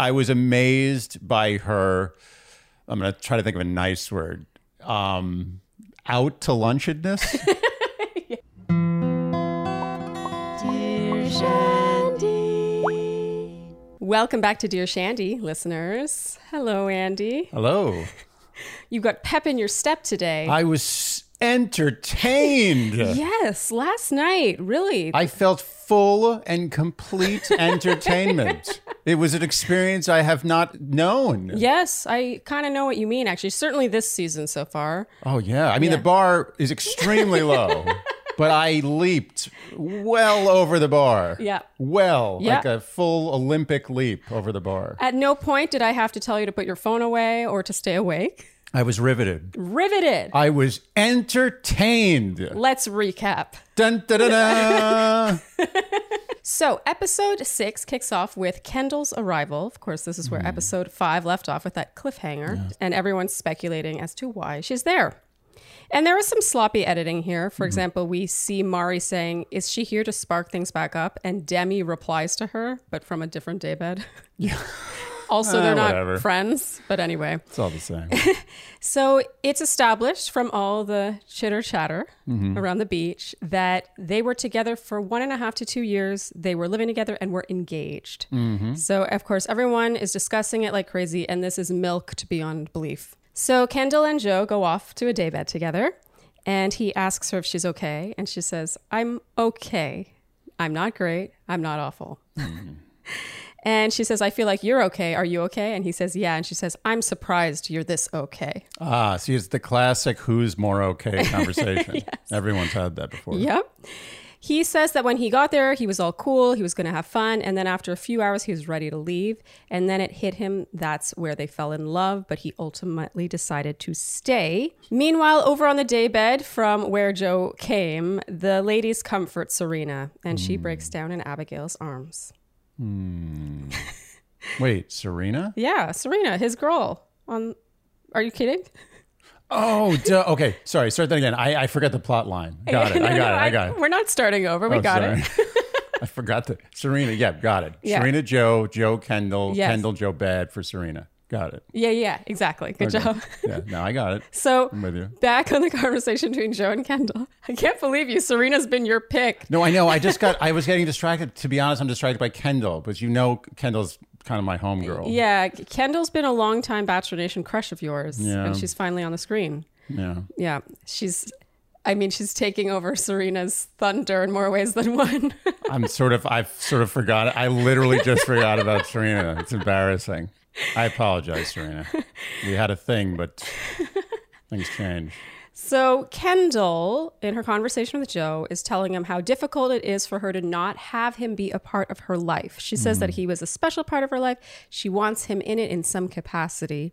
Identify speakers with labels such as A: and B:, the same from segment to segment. A: I was amazed by her. I'm gonna try to think of a nice word. Um, out to lunchedness.
B: Dear Shandy.
C: Welcome back to Dear Shandy, listeners. Hello, Andy.
A: Hello.
C: You got pep in your step today.
A: I was entertained.
C: yes, last night, really.
A: I felt full and complete entertainment. It was an experience I have not known.
C: yes, I kind of know what you mean, actually. Certainly this season so far.
A: Oh yeah. I mean the bar is extremely low. But I leaped well over the bar.
C: Yeah.
A: Well,
C: Yeah.
A: like a full Olympic leap over the bar.
C: At no point did I have to tell you to put your phone away or to stay awake.
A: I was riveted.
C: Riveted.
A: I was entertained.
C: Let's recap.
A: Dun, da, da, da.
C: So, episode six kicks off with Kendall's arrival. Of course, this is where
A: Hmm.
C: episode five left off with that cliffhanger, and everyone's speculating as to why she's there. And there was some sloppy editing here.
A: Hmm.
C: For example, we see Mari saying, Is she here to spark things back up? And Demi replies to her, but from a different daybed. also, they're
A: Ah,
C: not
A: whatever.
C: friends, but anyway.
A: It's all the same.
C: So it's established from all the chitter chatter around the beach that they were together for one and a half to two years. They were living together and were engaged. So, of course, everyone is discussing it like crazy, and this is milked beyond belief. So, Kendall and Joe go off to a daybed together, and he asks her if she's okay. And she says, I'm okay. I'm not great. I'm not awful. And she says, I feel like you're okay. Are you okay? And he says, Yeah. And she says, I'm surprised you're this okay.
A: Ah, see, it's the classic who's more okay conversation. Everyone's had that before.
C: Yep. He says that when he got there, he was all cool, he was going to have fun, and then after a few hours, he was ready to leave. And then it hit him that's where they fell in love, but he ultimately decided to stay. Meanwhile, over on the daybed from where Joe came, the ladies comfort Serena, and she breaks down in Abigail's arms.
A: Wait, Serena?
C: Yeah, Serena, his girl. On, are you kidding?
A: Oh, duh. okay. Sorry, start that again. I, I forgot the plot line. Got it.
C: No,
A: I got
C: no,
A: it. I got it.
C: We're not starting over. We
A: Oh,
C: got
A: sorry.
C: it.
A: I forgot the Serena. Yeah, got it.
C: Yeah.
A: Serena Joe, Joe Kendall,
C: Yes.
A: Kendall Joe Bad for Serena. Got it.
C: Yeah, yeah, exactly. Good
A: Okay.
C: job.
A: Yeah, no, I got it.
C: So
A: I'm with you.
C: back on the conversation between Joe and Kendall. I can't believe you. Serena's been your pick.
A: No, I know. I just got, I was getting distracted. To be honest, I'm distracted by Kendall, but you know, Kendall's kind of my homegirl.
C: Yeah, Kendall's been a longtime Bachelor Nation crush of yours,
A: Yeah.
C: and she's finally on the screen.
A: Yeah.
C: Yeah, she's. I mean, she's taking over Serena's thunder in more ways than one.
A: I'm sort of, I've sort of forgot. I literally just forgot about Serena. It's embarrassing. I apologize, Serena. We had a thing, but things change.
C: so Kendall, in her conversation with Joe, is telling him how difficult it is for her to not have him be a part of her life. She says
A: Mm-hmm.
C: that he was a special part of her life. She wants him in it in some capacity.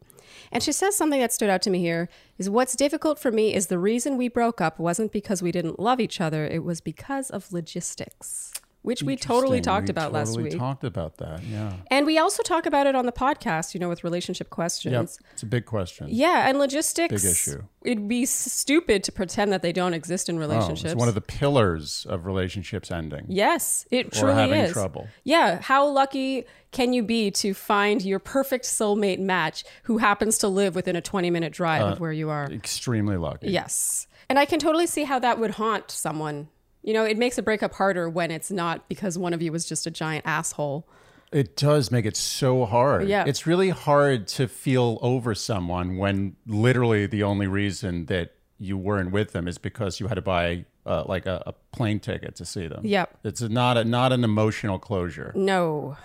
C: And she says something that stood out to me here is what's difficult for me is the reason we broke up wasn't because we didn't love each other, it was because of logistics, which we totally
A: Interesting.
C: talked
A: We
C: about last
A: totally
C: week.
A: talked about that. Yeah.
C: And we also talk about it on the podcast, you know, with relationship
A: Yep.
C: questions.
A: It's a big question.
C: Yeah, and logistics.
A: Big issue.
C: It'd be s- stupid to pretend that they don't exist in
A: Oh,
C: relationships.
A: it's one of the pillars of relationships ending
C: yes, it
A: or
C: truly
A: having
C: is.
A: trouble.
C: Yeah, how lucky can you be to find your perfect soulmate match who happens to live within a 20 minute drive
A: Uh,
C: of where you are?
A: Extremely lucky.
C: Yes. And I can totally see how that would haunt someone. You know, it makes a breakup harder when it's not because one of you was just a giant asshole.
A: It does make it so hard.
C: Yeah.
A: It's really hard to feel over someone when literally the only reason that you weren't with them is because you had to buy uh, like a, a plane ticket to see them.
C: Yep.
A: It's not a, not an emotional closure.
C: No.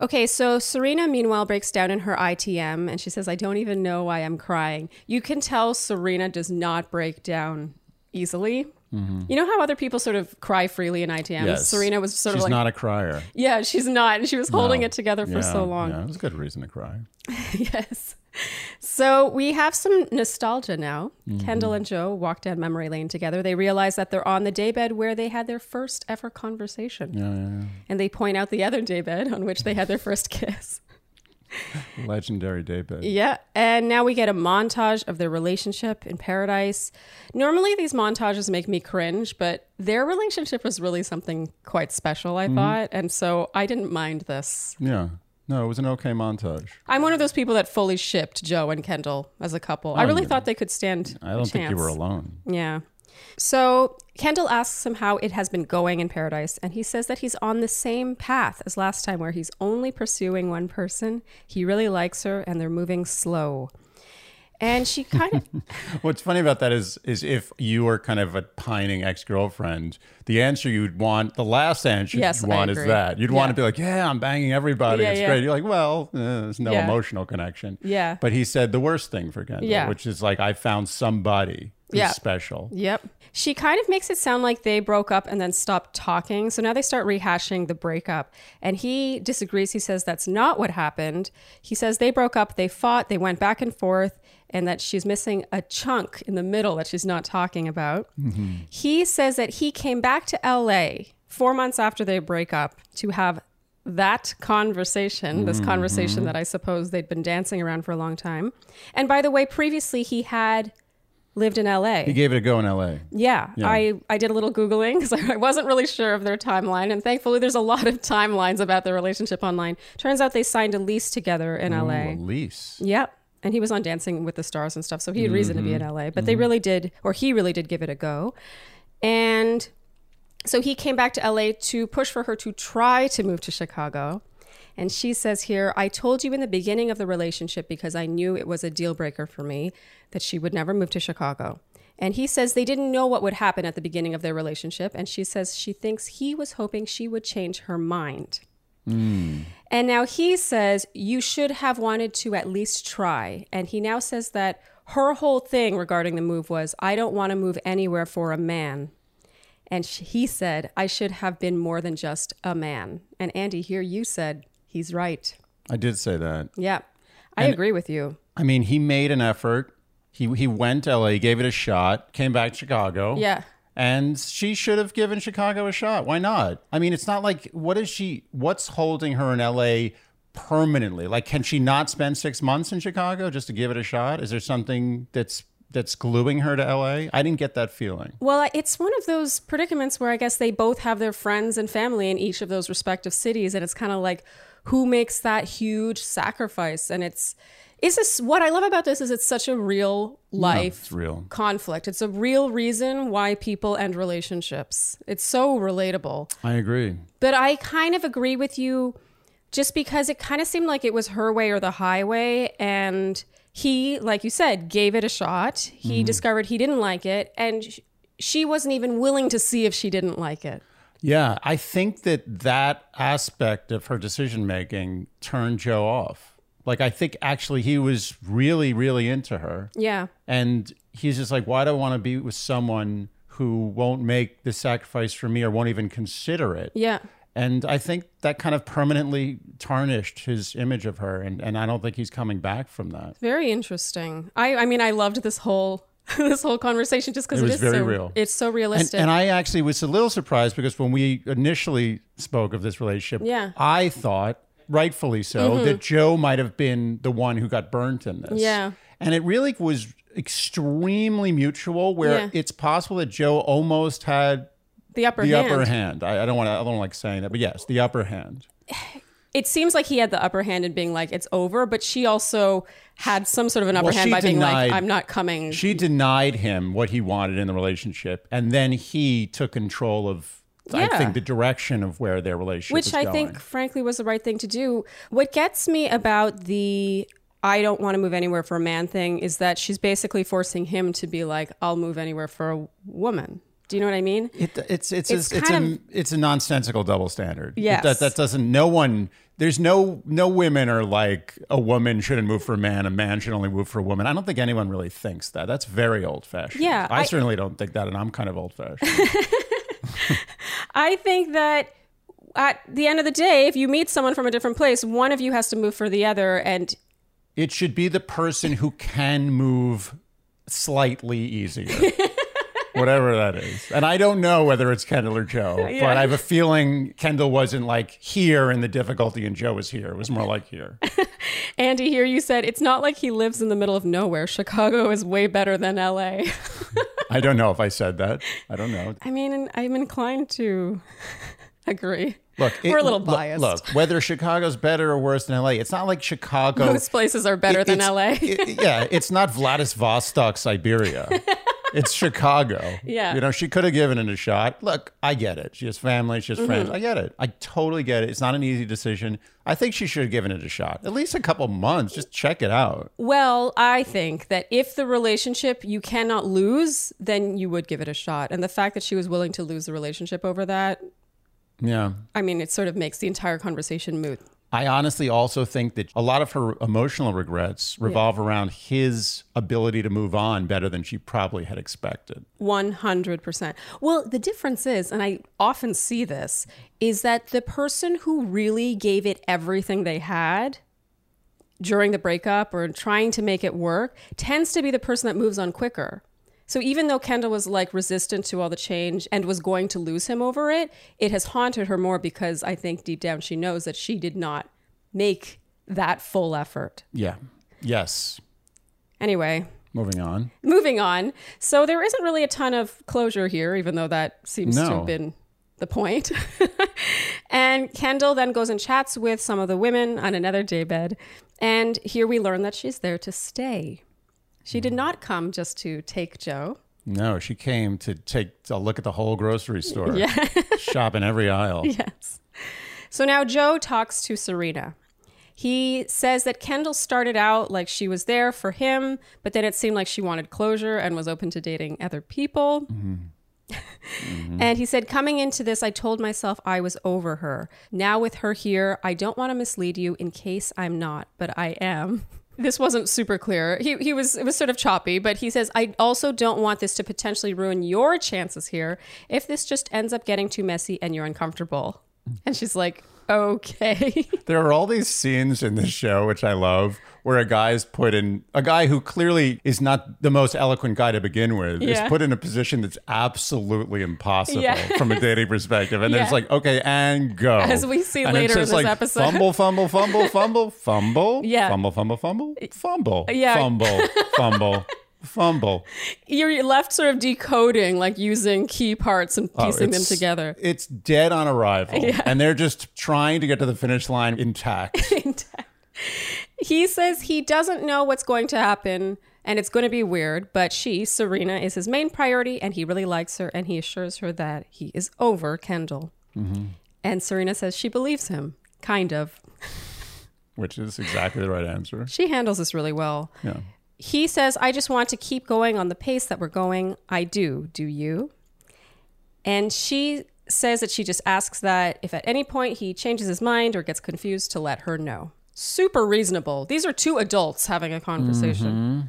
C: Okay, so Serena, meanwhile, breaks down in her ITM and she says, I don't even know why I'm crying. You can tell Serena does not break down easily. You know how other people sort of cry freely in ITMs?
A: Mm-hmm. Yes.
C: Serena was sort
A: She's
C: of like,
A: not a crier.
C: Yeah, she's not. And she was holding it together for
A: Yeah,
C: so long.
A: Yeah, it was a good reason to cry.
C: Yes. So we have some nostalgia now.
A: Mm-hmm.
C: Kendall and Joe walk down memory lane together. They realize that they're on the daybed where they had their first ever conversation. And they point out the other daybed on which they had their first kiss.
A: Legendary daybed.
C: Yeah, and now we get a montage of their relationship in paradise. Normally, these montages make me cringe, but their
A: Mm-hmm.
C: relationship was really something quite special, I thought. And so I didn't mind this.
A: Yeah. No, it was an okay montage.
C: I'm one of those people that fully shipped Joe and Kendall as a couple. I really thought they could stand.
A: Oh, I don't
C: a
A: think you
C: chance.
A: were alone.
C: Yeah. So Kendall asks him how it has been going in paradise, and he says that he's on the same path as last time, where he's only pursuing one person. He really likes her, and they're moving slow. And she kind of,
A: What's funny about that is is if you were kind of a pining ex girlfriend, the answer you'd want, the last answer
C: Yes,
A: you'd
C: I
A: want is
C: agree.
A: that you'd
C: Yeah.
A: want to be like, yeah, I'm banging everybody,
C: Yeah,
A: it's
C: yeah.
A: great. You're like, well, eh, there's no
C: Yeah.
A: emotional connection.
C: Yeah.
A: But he said the worst thing for Kendall,
C: Yeah.
A: which is like, I found somebody who's
C: Yeah.
A: special.
C: yep. She kind of makes it sound like they broke up and then stopped talking. So now they start rehashing the breakup. And he disagrees. He says that's not what happened. He says they broke up, they fought, they went back and forth, and that she's missing a chunk in the middle that she's not talking about. He says that he came back to LA four months after they break up to have that conversation, this conversation that I suppose they'd been dancing around for a long time. And by the way, previously he had lived in LA.
A: He gave it a go in L.A.
C: yeah, I, I did a little Googling because I wasn't really sure of their timeline. And thankfully, there's a lot of timelines about their relationship online. Turns out they signed a lease together in LA.
A: Ooh, a lease.
C: Yep. And he was on Dancing with the Stars and stuff. So he had reason to be in LA. But they really did, or he really did give it a go. And so he came back to LA to push for her to try to move to Chicago. And she says here, I told you in the beginning of the relationship because I knew it was a deal breaker for me that she would never move to Chicago. And he says they didn't know what would happen at the beginning of their relationship. And she says she thinks he was hoping she would change her mind. And now he says, You should have wanted to at least try. And he now says that her whole thing regarding the move was, I don't want to move anywhere for a man. And sh- he said, I should have been more than just a man. And Andy, here you said, He's right.
A: I did say that.
C: Yeah, I agree with you.
A: I mean, he made an effort. He he went to L.A., gave it a shot, came back to Chicago.
C: Yeah.
A: And she should have given Chicago a shot. Why not? I mean, it's not like what is she? What's holding her in L.A. permanently? Like, can she not spend six months in Chicago just to give it a shot? Is there something that's that's gluing her to L.A.? I didn't get that feeling.
C: Well, I- it's one of those predicaments where I guess they both have their friends and family in each of those respective cities, and it's kind of like who makes that huge sacrifice? And it's it's this what I love about this is it's such a real life
A: it's real.
C: conflict. It's a real reason why people end relationships. It's so relatable.
A: I agree.
C: But I kind of agree with you just because it kind of seemed like it was her way or the highway. And he, like you said, gave it a shot.
A: Mm-hmm.
C: He discovered he didn't like it. And sh- she wasn't even willing to see if she didn't like it.
A: Yeah, I think that that aspect of her decision making turned Joe off. Like, I think actually he was really, really into her.
C: Yeah.
A: And he's just like, why do I want to be with someone who won't make the sacrifice for me or won't even consider it?
C: Yeah.
A: And I think that kind of permanently tarnished his image of her. And, and I don't think he's coming back from that.
C: Very interesting. I, I mean, I loved this whole. this whole conversation just because
A: It
C: it
A: was
C: is
A: very
C: so
A: real.
C: it's so
A: And,
C: realistic
A: and I actually was a little surprised because when we initially spoke of this relationship,
C: Yeah. Mm-hmm.
A: I thought, rightfully so, that Joe might have been the one who got burnt in this.
C: Yeah.
A: And it really was extremely mutual, where
C: Yeah.
A: it's possible that Joe almost had
C: the upper
A: the
C: hand
A: upper hand. I, I don't want to. I don't like saying that, but yes, the upper hand.
C: it seems like he had the upper hand in being like it's over but she also had some sort of an upper
A: Well,
C: hand
A: she
C: by being like
A: denied-
C: i'm not coming
A: She denied him what he wanted in the relationship, and then he took control of. I
C: Yeah.
A: think the direction of where their relationship
C: which
A: was
C: I
A: going.
C: think, frankly, was the right thing to do. What gets me about the I don't want to move anywhere for a man thing is that she's basically forcing him to be like, I'll move anywhere for a woman. Do you know what I mean?
A: It, it's it's
C: It's
A: it's, it's,
C: kind
A: a, it's a nonsensical double standard. It-
C: Yes.
A: that that doesn't. No one. There's no no women are like a woman shouldn't move for a man. A man should only move for a woman. I don't think anyone really thinks that. That's very old fashioned.
C: Yeah,
A: I,
C: I-
A: certainly don't think that, and I'm kind of old fashioned.
C: I think that at the end of the day, if you meet someone from a different place, one of you has to move for the other. And
A: it should be the person who can move slightly easier. Whatever that is. And I don't know whether it's Kendall or Joe, but I have a feeling Kendall wasn't like here in the difficulty and Joe was here. It was more like here.
C: Andy, here you said, it's not like he lives in the middle of nowhere. Chicago is way better than LA.
A: I don't know if I said that. I don't know.
C: I mean, I'm inclined to agree.
A: Look,
C: We're a little
A: look-
C: biased.
A: Look, whether Chicago's better or worse than LA, it's not like Chicago.
C: Most places are better
A: it-
C: than
A: it's-
C: LA.
A: it- yeah, it's not Vladivostok, Siberia. it's Chicago.
C: Yeah.
A: You know, she could have given it a shot. Look, I get it. She has family, she has
C: Mm-hmm.
A: friends. I get it. I totally get it. It's not an easy decision. I think she should have given it a shot. At least a couple months. Just check it out.
C: Well, I think that if the relationship you cannot lose, then you would give it a shot. And the fact that she was willing to lose the relationship over that,
A: Yeah.
C: I mean, it sort of makes the entire conversation moot.
A: I honestly also think that a lot of her emotional regrets revolve around his ability to move on better than she probably had expected.
C: 100%. Well, the difference is, and I often see this, is that the person who really gave it everything they had during the breakup or trying to make it work tends to be the person that moves on quicker. So even though Kendall was like resistant to all the change and was going to lose him over it, it has haunted her more because I think deep down she knows that she did not make that full effort.
A: Yeah. Yes.
C: Anyway,
A: Moving on.
C: moving on. So there isn't really a ton of closure here, even though that seems to
A: No.
C: have been the point. and Kendall then goes and chats with some of the women on another daybed. And here we learn that she's there to stay. She did not come just to take Joe.
A: No, she came to take a look at the whole grocery store. Shop in every aisle.
C: Yes. So now Joe talks to Serena. He says that Kendall started out like she was there for him, but then it seemed like she wanted closure and was open to dating other people. and he said, Coming into this, I told myself I was over her. Now with her here, I don't want to mislead you in case I'm not, but I am. This wasn't super clear. He, he was it was sort of choppy, but he says, I also don't want this to potentially ruin your chances here if this just ends up getting too messy and you're uncomfortable. And she's like, Okay.
A: There are all these scenes in this show, which I love, where a guy's put in a guy who clearly is not the most eloquent guy to begin with
C: Yeah.
A: is put in a position that's absolutely impossible
C: Yeah.
A: from a dating perspective. And then it's
C: Yeah.
A: like, okay, and go.
C: As we see
A: And
C: later
A: it's
C: in
A: just
C: this
A: like,
C: episode.
A: Fumble, fumble, fumble, fumble, fumble.
C: Yeah.
A: Fumble, fumble, fumble, fumble.
C: Yeah.
A: Fumble, fumble, fumble.
C: you're left sort of decoding, like using key parts and
A: Oh,
C: piecing them
A: it's-
C: together.
A: It's dead on arrival. And they're just trying to get to the finish line intact.
C: He says he doesn't know what's going to happen and it's going to be weird, but she, Serena, is his main priority and he really likes her and he assures her that he is over Kendall. And Serena says she believes him, kind of.
A: which is exactly the right answer.
C: She handles this really well.
A: Yeah.
C: He says, I just want to keep going on the pace that we're going. I do. Do you? And she says that she just asks that if at any point he changes his mind or gets confused, to let her know. Super reasonable. These are two adults having a conversation.
A: Mm-hmm.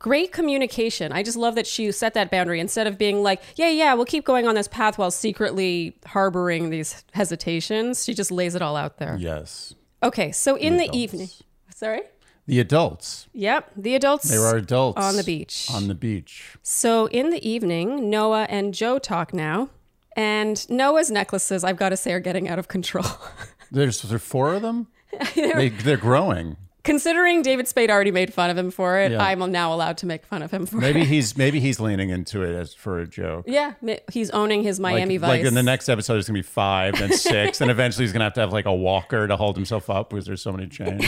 C: Great communication. I just love that she set that boundary instead of being like, yeah, yeah, we'll keep going on this path while secretly harboring these hesitations. She just lays it all out there.
A: Yes.
C: Okay, so in the,
A: adults.
C: evening. Sorry?
A: The adults.
C: Yep, the adults.
A: They were adults.
C: On the beach.
A: On the beach.
C: So in the evening, Noah and Joe talk now. And Noah's necklaces, I've got to say, are getting out of control.
A: There's there are four of them? they, they're growing.
C: Considering David Spade already made fun of him for it,
A: Yeah.
C: I'm now allowed to make fun of him for it.
A: Maybe he's maybe he's leaning into it as for a joke.
C: Yeah, ma- he's owning his
A: Like,
C: Miami
A: like
C: Vice.
A: in the next episode, it's gonna be five, then six, and eventually he's gonna have to have like a walker to hold himself up because there's so many chains.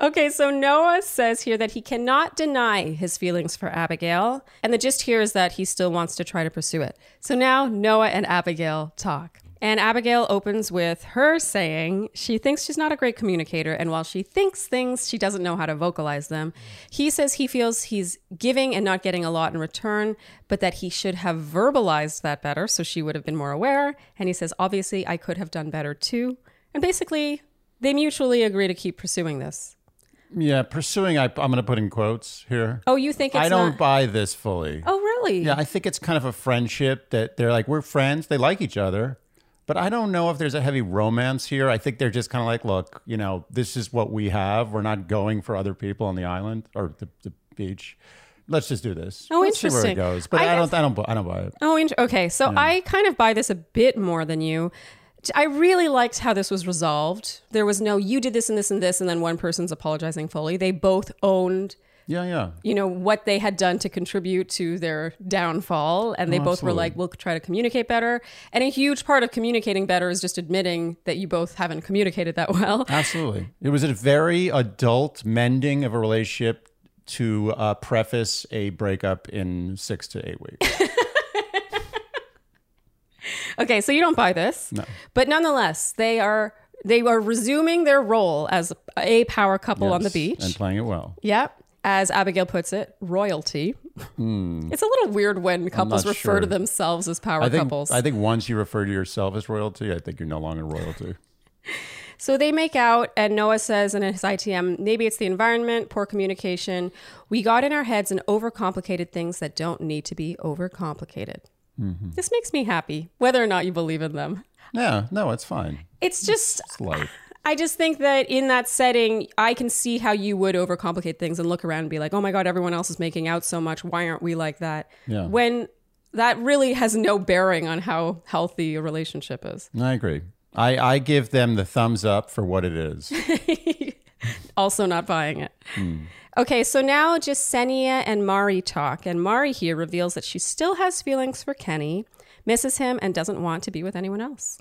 C: okay, so Noah says here that he cannot deny his feelings for Abigail. And the gist here is that he still wants to try to pursue it. So now Noah and Abigail talk. And Abigail opens with her saying she thinks she's not a great communicator. And while she thinks things, she doesn't know how to vocalize them. He says he feels he's giving and not getting a lot in return, but that he should have verbalized that better so she would have been more aware. And he says, obviously, I could have done better too. And basically, they mutually agree to keep pursuing this.
A: yeah, pursuing. I, I'm gonna put in quotes here.
C: Oh, you think it's
A: I don't
C: not?
A: buy this fully.
C: oh, really?
A: Yeah, I think it's kind of a friendship that they're like, we're friends. They like each other. But I don't know if there's a heavy romance here. I think they're just kind of like, look, you know, this is what we have. We're not going for other people on the island or the, the beach. Let's just do this.
C: Oh,
A: Let's See where
C: interesting.
A: it goes. But
C: I
A: I, don't. I don't. bu- I don't buy it.
C: Oh, int- okay. So I kind of buy this a bit more than you. T- I really liked how this was resolved. There was no you did this and this and this, and then one person's apologizing fully. They both owned
A: Yeah, yeah.
C: you know what they had done to contribute to their downfall and they both
A: Oh, absolutely.
C: were like we'll try to communicate better and a huge part of communicating better is just admitting that you both haven't communicated that well
A: Absolutely. It was a very adult mending of a relationship to uh, preface a breakup in six to eight weeks.
C: okay so you don't buy this but nonetheless they are they are resuming their role as a power couple on the
A: Yes,
C: beach
A: And playing it well.
C: Yep. As Abigail puts it, royalty. It's a little weird when couples
A: Hmm. not
C: refer
A: sure.
C: to themselves as power
A: I think,
C: couples.
A: I think once you refer to yourself as royalty, I think you're no longer royalty.
C: so they make out, and Noah says in his ITM, maybe it's the environment, poor communication. We got in our heads and overcomplicated things that don't need to be overcomplicated.
A: Mm-hmm.
C: This makes me happy, whether or not you believe in them.
A: yeah, no, it's fine.
C: It's just,
A: It's life.
C: I just think that in that setting, I can see how you would overcomplicate things and look around and be like, oh my God, everyone else is making out so much. Why aren't we like that?
A: Yeah.
C: When that really has no bearing on how healthy a relationship is.
A: I agree. I, I give them the thumbs up for what it is.
C: Also, not buying it.
A: Hmm.
C: Okay, so now Jasenia and Mari talk, and Mari here reveals that she still has feelings for Kenny, misses him, and doesn't want to be with anyone else.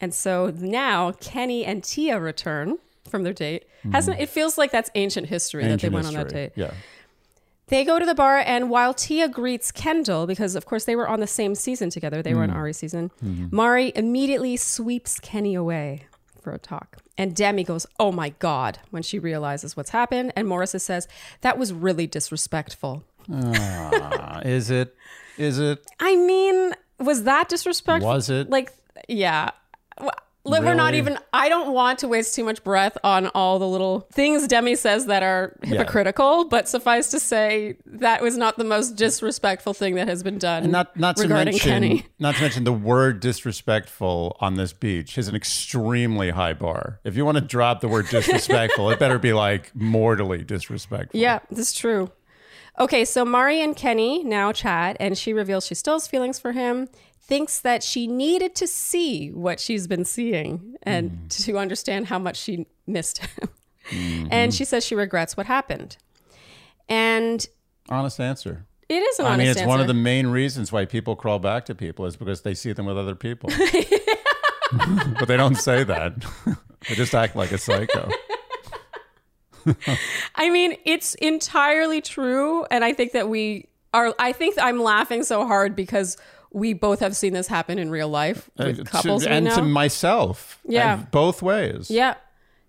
C: And so now Kenny and Tia return from their date. Hasn't it feels like that's ancient history that they
A: Hmm. Ancient
C: went on that
A: history.
C: date?
A: Yeah.
C: They go to the bar, and while Tia greets Kendall, because of course they were on the same season together, they were on Ari's season, Mari immediately sweeps Kenny away for a talk. And Demi goes, Oh my God, when she realizes what's happened. And Morrissa says, That was really disrespectful.
A: Uh, is it? Is it?
C: I mean, was that disrespectful?
A: Was it?
C: Like, yeah. Well, We're not
A: Really?
C: even, I don't want to waste too much breath on all the little things Demi says that are hypocritical, but suffice to say, that was not the most disrespectful thing that has been done.
A: And not not to
C: regarding
A: mention
C: Kenny.
A: not to mention the word disrespectful on this beach is an extremely high bar. If you want to drop the word disrespectful, it better be like mortally disrespectful.
C: Yeah, that's true. Okay, so Mari and Kenny now chat, and she reveals she still has feelings for him, thinks that she needed to see what she's been seeing and
A: Mm.
C: to understand how much she missed him.
A: Mm-hmm.
C: And she says she regrets what happened. And
A: Honest answer.
C: it is an
A: I
C: honest
A: mean, it's
C: answer.
A: one of the main reasons why people crawl back to people is because they see them with other people. but they don't say that. they just act like a psycho.
C: I mean, it's entirely true. And I think that we are, I think that I'm laughing so hard because we both have seen this happen in real life with
A: Uh, to-
C: couples. we
A: and
C: know.
A: to myself.
C: Yeah.
A: And both ways.
C: Yeah.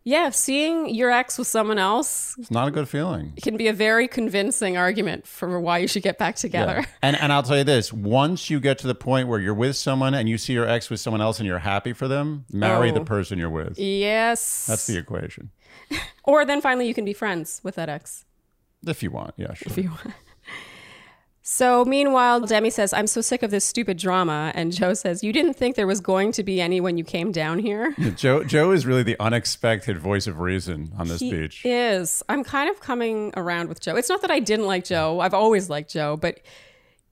C: Yeah. Seeing your ex with someone else
A: It's not a good feeling.
C: can be a very convincing argument for why you should get back together.
A: And and I'll tell you this: once you get to the point where you're with someone and you see your ex with someone else and you're happy for them, marry
C: Oh.
A: the person you're with.
C: Yes.
A: That's the equation.
C: or then finally you can be friends with that ex.
A: If you want, yeah, sure.
C: So meanwhile, Demi says, I'm so sick of this stupid drama. And Joe says, You didn't think there was going to be any when you came down here?
A: Joe Joe is really the unexpected voice of reason on this
C: He
A: beach.
C: is. I'm kind of coming around with Joe. It's not that I didn't like Joe. I've always liked Joe, but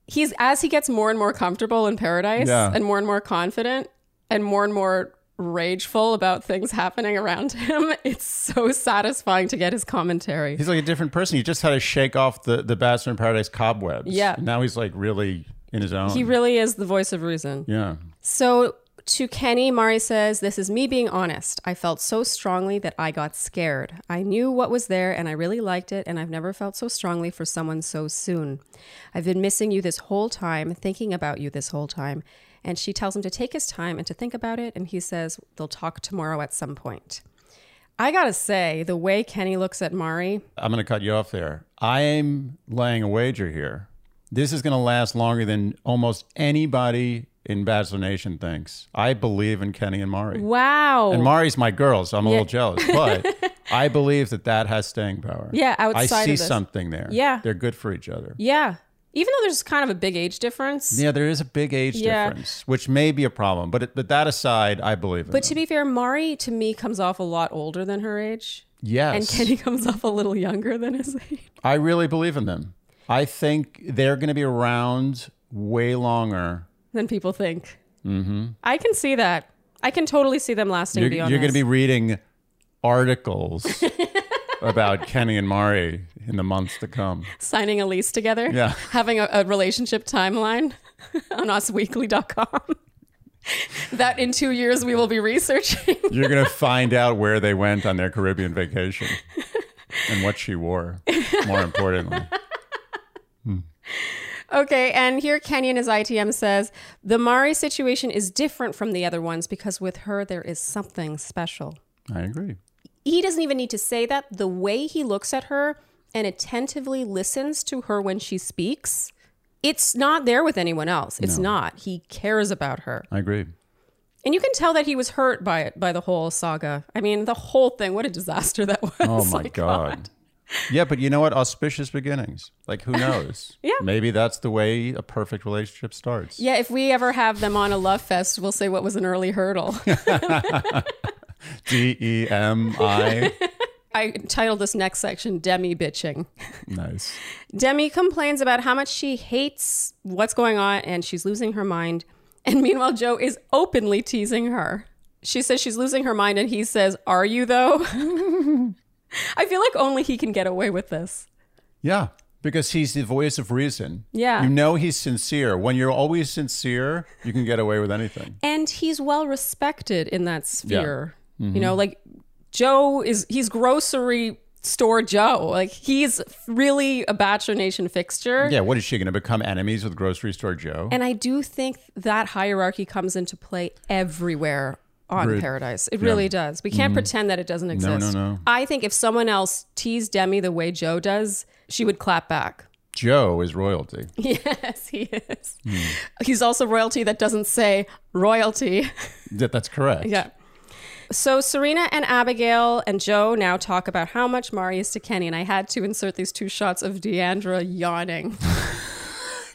C: he's as he gets more and more comfortable in paradise
A: Yeah.
C: and more and more confident and more and more rageful about things happening around him, it's so satisfying to get his commentary.
A: He's like a different person. He just had to shake off the the Bachelor in Paradise cobwebs.
C: Yeah.
A: Now he's like really in his own.
C: He really is the voice of reason.
A: yeah.
C: So to Kenny, Mari says, This is me being honest. I felt so strongly that I got scared. I knew what was there and I really liked it, and I've never felt so strongly for someone so soon. I've been missing you this whole time, thinking about you this whole time. And she tells him to take his time and to think about it, and he says, They'll talk tomorrow at some point. I gotta say, the way Kenny looks at Mari,
A: I'm going to cut you off there. I'm laying a wager here. This is going to last longer than almost anybody in Bachelor Nation thinks. I believe in Kenny and Mari.
C: wow.
A: And Mari's my girl, so I'm a little jealous. But I believe that that has staying power.
C: Yeah,
A: I
C: outside
A: see
C: of this.
A: something there.
C: Yeah.
A: they're good for each other.
C: yeah. Even though there's kind of a big age difference.
A: Yeah, there is a big age
C: Yeah.
A: difference, which may be a problem. But it, but that aside, I believe in
C: But
A: them.
C: to be fair, Mari to me comes off a lot older than her age.
A: yes,
C: And Kenny comes off a little younger than his age.
A: I really believe in them. I think they're going to be around way longer.
C: Than people think. Mm-hmm. I can see that. I can totally see them lasting
A: You're,
C: beyond.
A: you're going to
C: this.
A: be reading articles about Kenny and Mari in the months to come.
C: signing a lease together,
A: Yeah.
C: having a, a relationship timeline on usweekly.com. that in two years we will be researching.
A: You're going to find out where they went on their Caribbean vacation and what she wore, more importantly.
C: okay, and here Kenyon as ITM says the Mari situation is different from the other ones because with her there is something special.
A: I agree.
C: He doesn't even need to say that. The way he looks at her and attentively listens to her when she speaks, it's not there with anyone else. It's not. He cares about her.
A: I agree.
C: And you can tell that he was hurt by it, by the whole saga. I mean, the whole thing. What a disaster that was.
A: Oh my God. Yeah, but you know what? Auspicious beginnings. Like, who knows?
C: Yeah.
A: Maybe that's the way a perfect relationship starts.
C: Yeah, if we ever have them on a love fest, we'll say what was an early hurdle.
A: D E M I.
C: I titled this next section Demi Bitching.
A: Nice.
C: Demi complains about how much she hates what's going on and she's losing her mind. And meanwhile, Joe is openly teasing her. She says she's losing her mind and he says, Are you though? I feel like only he can get away with this.
A: Yeah, because he's the voice of reason.
C: Yeah.
A: You know he's sincere. When you're always sincere, you can get away with anything.
C: and he's well respected in that sphere. You know, like Joe is he's grocery store Joe. Like he's really a Bachelor Nation fixture.
A: Yeah, what is she going to become enemies with grocery store Joe?
C: And I do think that hierarchy comes into play everywhere on
A: Right.
C: Paradise. It really does. We can't pretend that it doesn't exist.
A: Mm-hmm. no.
C: I think if someone else teased Demi the way Joe does, she would clap back.
A: Joe is royalty.
C: Yes, he is.
A: Hmm.
C: He's also royalty that doesn't say royalty.
A: That- that's correct.
C: Yeah. So Serena and Abigail and Joe now talk about how much Mari is to Kenny, and I had to insert these two shots of Deandra yawning.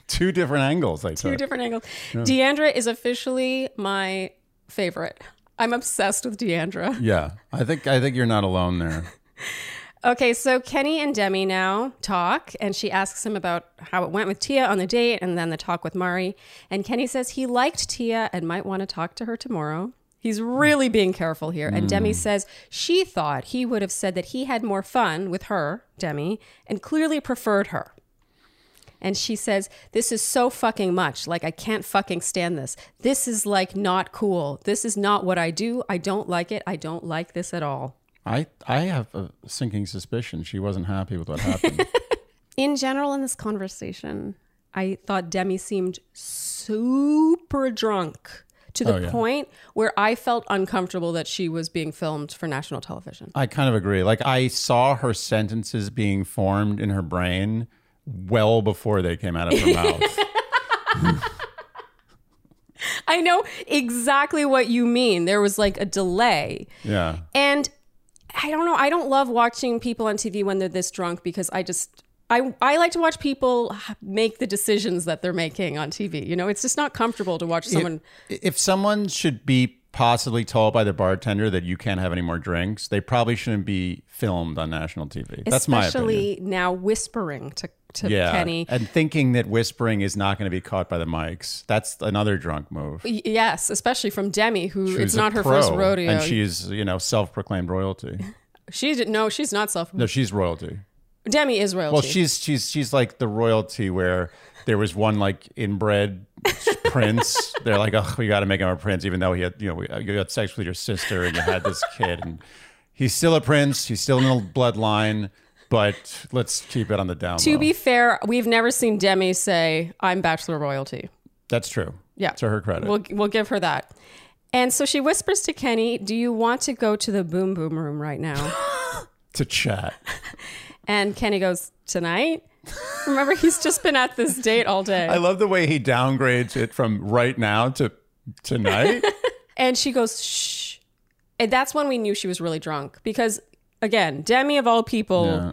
A: Two different angles, I
C: two
A: took.
C: different angles. Deandra is officially my favorite. I'm obsessed with Deandra.
A: yeah, I think I think you're not alone there.
C: Okay, so Kenny and Demi now talk, and she asks him about how it went with Tia on the date and then the talk with Mari. And Kenny says he liked Tia and might want to talk to her tomorrow. He's really being careful here. And Demi says she thought he would have said that he had more fun with her, Demi, and clearly preferred her. And she says, This is so fucking much. Like, I can't fucking stand this. This is like not cool. This is not what I do. I don't like it. I don't like this at all.
A: I I have a sinking suspicion she wasn't happy with what happened.
C: in general in this conversation, I thought Demi seemed super drunk to the
A: Oh, yeah.
C: point where I felt uncomfortable that she was being filmed for national television.
A: I kind of agree. Like I saw her sentences being formed in her brain well before they came out of her mouth.
C: I know exactly what you mean. There was like a delay.
A: Yeah.
C: And I don't know, I don't love watching people on TV when they're this drunk because I just I, I like to watch people make the decisions that they're making on TV. You know, it's just not comfortable to watch someone.
A: If someone should be possibly told by the bartender that you can't have any more drinks, they probably shouldn't be filmed on national TV. That's my opinion.
C: especially now whispering to, to
A: Yeah.
C: Kenny.
A: And thinking that whispering is not going to be caught by the mics. That's another drunk move.
C: Y- Yes, especially from Demi, who it's
A: Who's a
C: not her
A: pro,
C: first rodeo.
A: And she's, you know, self proclaimed royalty.
C: she didn't. No, she's not self.
A: No, she's royalty.
C: Demi is royalty.
A: Well, she's she's she's like the royalty where there was one like inbred prince. They're like, oh, we got to make him a prince, even though he had you know we- you had sex with your sister and you had this kid, and he's still a prince. He's still in the bloodline, but let's keep it on the down
C: to
A: low.
C: be fair, we've never seen Demi say, "I'm bachelor royalty."
A: That's true.
C: Yeah.
A: to her credit.
C: We'll we'll give her that. And so she whispers to Kenny, "Do you want to go to the boom boom room right now?"
A: to chat.
C: and Kenny goes, "Tonight." Remember, he's just been at this date all day.
A: I love the way he downgrades it from right now to tonight.
C: And she goes, shh. And that's when we knew she was really drunk because, again, Demi of all people,
A: Yeah.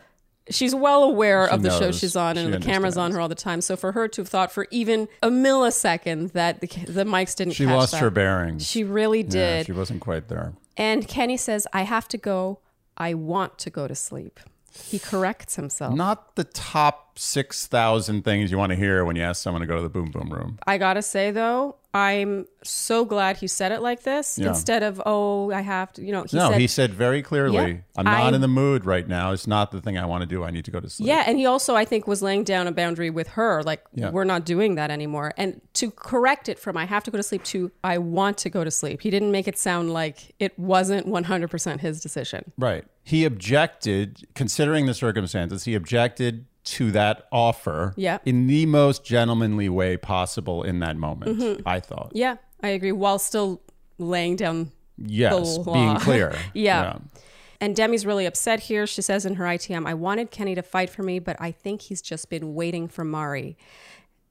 C: she's well aware of the show
A: knows.
C: she's on and
A: She
C: the camera's on
A: understands.
C: her all the time. So for her to have thought for even a millisecond that the, ca- the mics didn't
A: She
C: catch
A: lost
C: that.
A: her bearings.
C: She really
A: Yeah,
C: did.
A: she wasn't quite there.
C: and Kenny says, I have to go. I want to go to sleep. He corrects himself.
A: Not the top 6,000 things you want to hear when you ask someone to go to the boom boom room.
C: I gotta say though, I'm so glad he said it like this
A: Yeah.
C: instead of oh, I have to. You know, he
A: no,
C: said
A: he said very clearly,
C: Yeah,
A: I'm not
C: I-
A: in the mood right now. It's not the thing I want to do. I need to go to sleep.
C: Yeah, and he also I think was laying down a boundary with her, like
A: Yeah.
C: we're not doing that anymore. And to correct it from I have to go to sleep to I want to go to sleep. He didn't make it sound like it wasn't 100% his decision.
A: Right. He objected, considering the circumstances, he objected to that offer
C: Yeah.
A: in the most gentlemanly way possible in that moment,
C: Mm-hmm.
A: I thought.
C: Yeah, I agree while still laying down
A: Yes,
C: The
A: being
C: law.
A: clear.
C: Yeah. and Demi's really upset here. She says in her ITM, I wanted Kenny to fight for me, but I think he's just been waiting for Mari.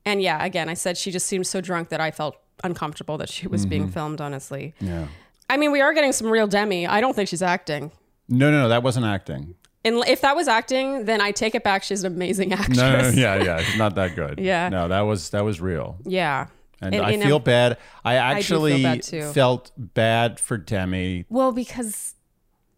C: And yeah, again, I said she just seemed so drunk that I felt uncomfortable that she was being filmed, honestly.
A: Mm-hmm. Yeah.
C: I mean, we are getting some real Demi. I don't think she's acting.
A: No, no, no, that wasn't acting.
C: And if that was acting, then I take it back. She's an amazing actress.
A: No, no, no, yeah, yeah, it's not that good.
C: Yeah.
A: No, that was that was real.
C: Yeah.
A: And,
C: And,
A: I
C: you know-
A: feel bad. I
C: do feel
A: actually
C: bad, too.
A: felt bad for Demi.
C: Well, because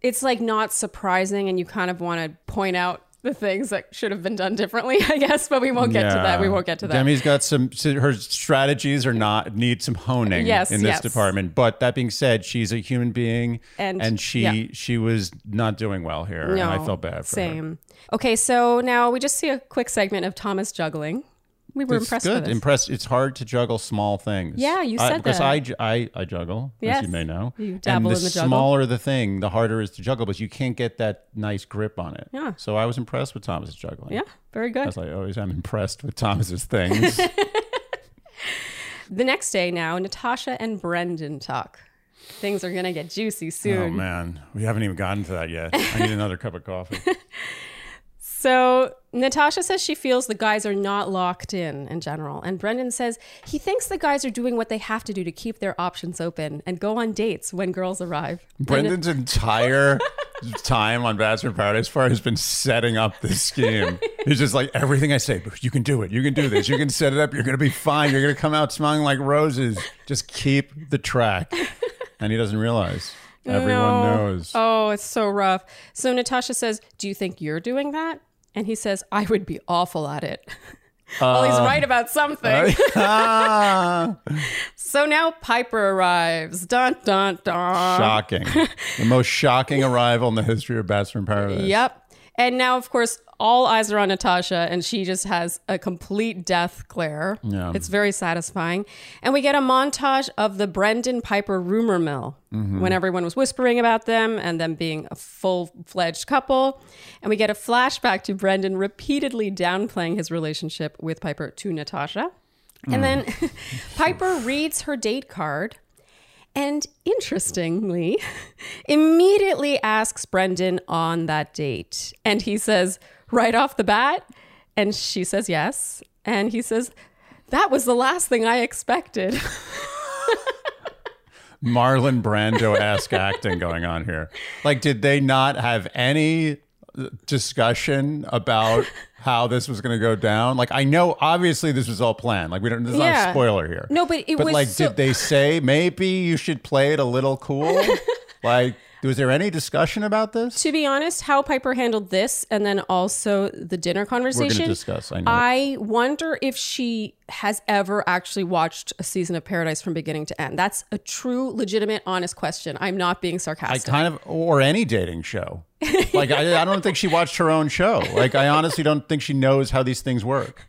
C: it's like not surprising, and you kind of want to point out the things that should have been done differently, I guess. But we won't get to that. We
A: Yeah.
C: won't get to that.
A: Demi's got some so her strategies are not need some honing
C: Yes,
A: in this
C: yes.
A: department. But that being said, she's a human being
C: And-
A: she
C: yeah.
A: she was not doing well here. and I felt bad for her.
C: Same. Okay, so now we just see a quick segment of Thomas juggling. We were
A: It's
C: impressed
A: good.
C: with this.
A: Impressed. It's hard to juggle small things.
C: Yeah, you
A: I,
C: said
A: because
C: that.
A: I ju- I, I juggle, as
C: Yes.
A: you may know.
C: You dabble
A: and the
C: in the juggle.
A: smaller the thing, the harder it is to juggle, but you can't get that nice grip on it.
C: Yeah.
A: So I was impressed with Thomas's juggling.
C: yeah, very
A: As
C: good.
A: I always am impressed with Thomas's things.
C: The next day now, Natasha and Brendan talk. Things are gonna get juicy
A: oh
C: soon.
A: man, we haven't even gotten to that yet. I need another cup of coffee.
C: So Natasha says she feels the guys are not locked in in general. And Brendan says he thinks the guys are doing what they have to do to keep their options open and go on dates when girls arrive.
A: Brendan's entire time on Bachelor in Paradise far has been setting up this scheme. He's just like everything I say, you can do it, you can do this, you can set it up, you're gonna be fine, you're gonna come out smelling like roses. Just keep the track. And he doesn't realize. Everyone
C: No.
A: knows.
C: Oh, it's so rough. So Natasha says, Do you think you're doing that? And he says, I would be awful at it. well, he's right about something.
A: Ah,
C: So now Piper arrives. Dun, dun, dun.
A: shocking. The most shocking arrival in the history of Bachelor in Paradise.
C: Yep. And now, of course, all eyes are on Natasha, and she just has a complete death glare.
A: Yeah.
C: It's very satisfying. And we get a montage of the Brendan Piper rumor mill when everyone was whispering about them and them being a full fledged couple. And we get a flashback to Brendan repeatedly downplaying his relationship with Piper to Natasha. And then Piper reads her date card and interestingly, immediately asks Brendan on that date. And he says, right off the bat. And she says, yes. And he says, that was the last thing I expected.
A: Marlon Brando esque acting going on here. Like, did they not have any discussion about how this was going to go down? Like, I know obviously this was all planned. Like, we don't. There's not a
C: Yeah.
A: spoiler here.
C: No, but it
A: but
C: was
A: like,
C: so-
A: did they say maybe you should play it a little cool? like, was there any discussion about this?
C: to be honest, how Piper handled this and then also the dinner conversation.
A: discuss, I know.
C: I wonder if she has ever actually watched a season of Paradise from beginning to end. That's a true, legitimate, honest question. I'm not being
A: I
C: sarcastic.
A: kind of, or any dating show. Like, I, I don't think she watched her own show. Like, I honestly don't think she knows how these things work.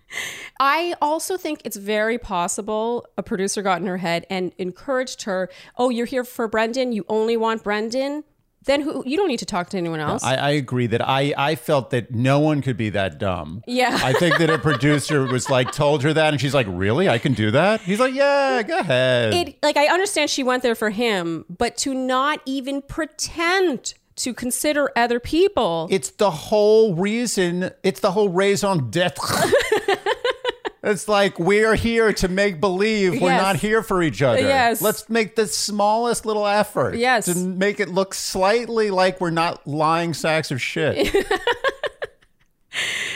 C: I also think it's very possible a producer got in her head and encouraged her, "Oh, you're here for Brendan. You only want Brendan. Then who? You don't need to talk to anyone else."
A: I, I agree that I, I felt that no one could be that dumb.
C: Yeah.
A: I think that a producer was like told her that and she's like, Really? I can do that? He's like, Yeah, go ahead.
C: it, like I understand she went there for him, but to not even pretend to consider other people.
A: it's the whole reason, it's the whole raison d'etre. It's like we're here to make believe we're
C: Yes.
A: not here for each other.
C: Yes.
A: Let's make the smallest little effort.
C: Yes.
A: To make it look slightly like we're not lying sacks of shit.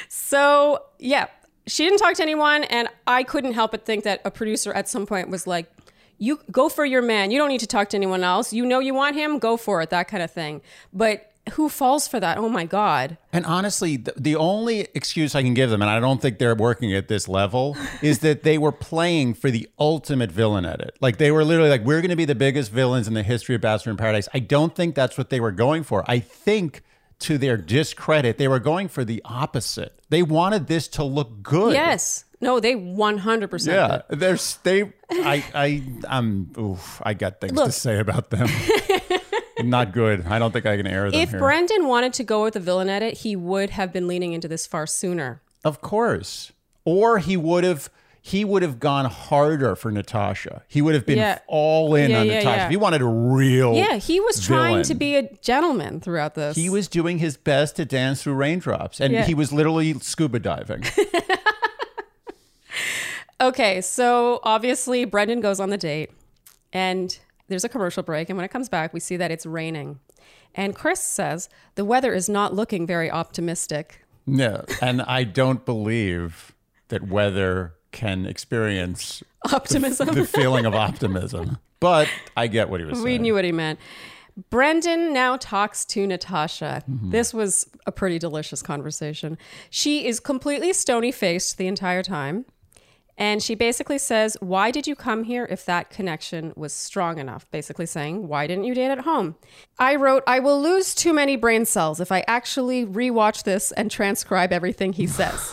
C: so yeah, she didn't talk to anyone, and I couldn't help but think that a producer at some point was like. You go for your man. You don't need to talk to anyone else. You know you want him, go for it, that kind of thing. But who falls for that? Oh my God.
A: And honestly, the, the only excuse I can give them, and I don't think they're working at this level, is that they were playing for the ultimate villain at it. Like they were literally like, we're going to be the biggest villains in the history of Bachelor in Paradise. I don't think that's what they were going for. I think to their discredit, they were going for the opposite. They wanted this to look good.
C: Yes. No, they 100%.
A: Yeah, there's they. I I I'm. Oof, I got things to
C: Look.
A: say about them. Not good. I don't think I can air them
C: If
A: here.
C: Brendan wanted to go with the villain edit, he would have been leaning into this far sooner.
A: Of course. Or he would have he would have gone harder for Natasha. He would have been
C: Yeah.
A: all in
C: Yeah,
A: on
C: yeah,
A: Natasha.
C: yeah.
A: If he wanted a real
C: Yeah, he was trying to
A: Oh, villain.
C: be a gentleman throughout this.
A: He was doing his best to dance through raindrops and
C: Yeah.
A: he was literally scuba diving.
C: Okay, so obviously Brendan goes on the date and there's a commercial break. And when it comes back, we see that it's raining. And Chris says, The weather is not looking very optimistic.
A: no. And I don't believe that weather can experience
C: Optimism.
A: the feeling of optimism. But I get what he was saying.
C: we knew what he meant. Brendan now talks to Natasha. This was a pretty delicious conversation. She is completely stony faced the entire time. And she basically says, Why did you come here if that connection was strong enough? Basically saying, Why didn't you date at home? I wrote, I will lose too many brain cells if I actually rewatch this and transcribe everything he says.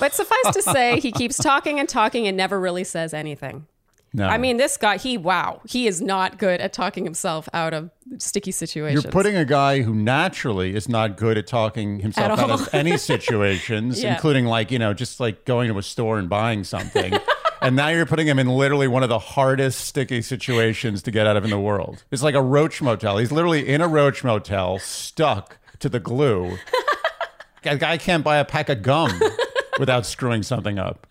C: but suffice to say, he keeps talking and talking and never really says anything.
A: No.
C: I mean, this guy, he, wow, he is not good at talking himself out of sticky situations.
A: You're putting a guy who naturally is not good at talking himself
C: At
A: out
C: all.
A: of any situations,
C: Yeah.
A: including like, you know, just like going to a store and buying something. and now you're putting him in literally one of the hardest sticky situations to get out of in the world. It's like a roach motel. He's literally in a roach motel, stuck to the glue. a guy can't buy a pack of gum without screwing something up.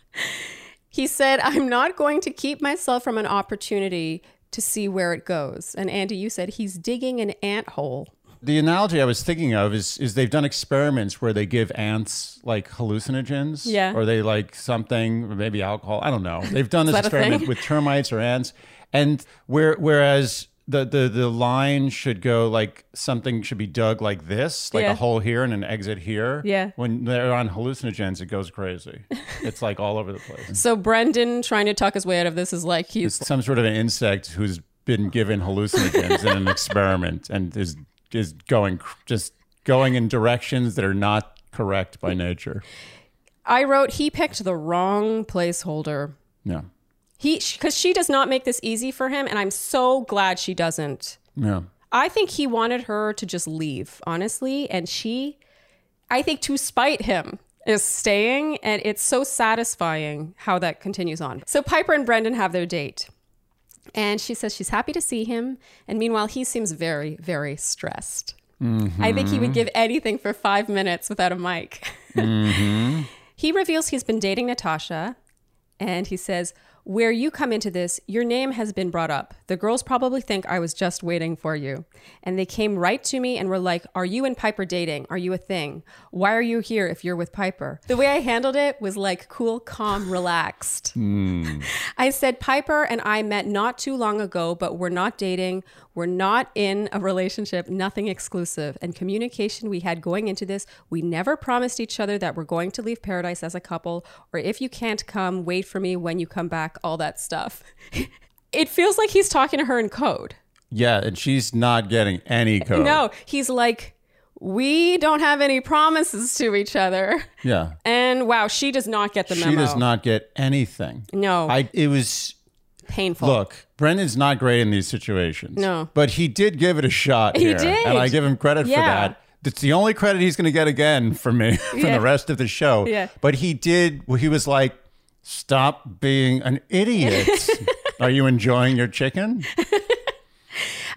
C: he said, I'm not going to keep myself from an opportunity to see where it goes. And Andy, you said he's digging an ant hole.
A: The analogy I was thinking of is is they've done experiments where they give ants like hallucinogens,
C: Yeah.
A: or they like something, or maybe alcohol. I don't know. They've done this
C: that a
A: experiment
C: thing?
A: with termites or ants, and where whereas the the the line should go like something should be dug like this, like a
C: Yeah.
A: hole here and an exit here.
C: Yeah.
A: When they're on hallucinogens, it goes crazy. it's like all over the place.
C: So Brendan trying to talk his way out of this is like he's
A: Some sort of an insect who's been given hallucinogens in an experiment and is is going cr- just going in directions that are not correct by nature.
C: I wrote he picked the wrong placeholder.
A: No.
C: He cuz she does not make this easy for him and I'm so glad she doesn't.
A: No.
C: I think he wanted her to just leave, honestly. And she, I think to spite him, is staying. And it's so satisfying how that continues on. So Piper and Brendan have their date. And she says she's happy to see him. And meanwhile, he seems very, very stressed. I think he would give anything for five minutes without a mic. He reveals he's been dating Natasha and he says, Where you come into this, your name has been brought up. The girls probably think I was just waiting for you. And they came right to me and were like, Are you and Piper dating? Are you a thing? Why are you here if you're with Piper? The way I handled it was like cool, calm, relaxed. I said, Piper and I met not too long ago, but we're not dating. We're not in a relationship, nothing exclusive. And communication we had going into this, we never promised each other that we're going to leave paradise as a couple, or if you can't come, wait for me when you come back, all that stuff. it feels like he's talking to her in code.
A: Yeah, and she's not getting any code.
C: No, he's like, we don't have any promises to each other.
A: Yeah.
C: And wow, she does not get the memo.
A: She does not get anything.
C: No,
A: I it was
C: painful.
A: look, Brendan's not great in these situations.
C: Oh. No.
A: But he did give it a shot.
C: He
A: here,
C: did.
A: And I give him credit for
C: Yeah.
A: that. That's the only credit he's going to get again from me from
C: Yeah.
A: the rest of the show.
C: Yeah.
A: But he did, well, he was like, stop being an idiot. Are you enjoying your chicken?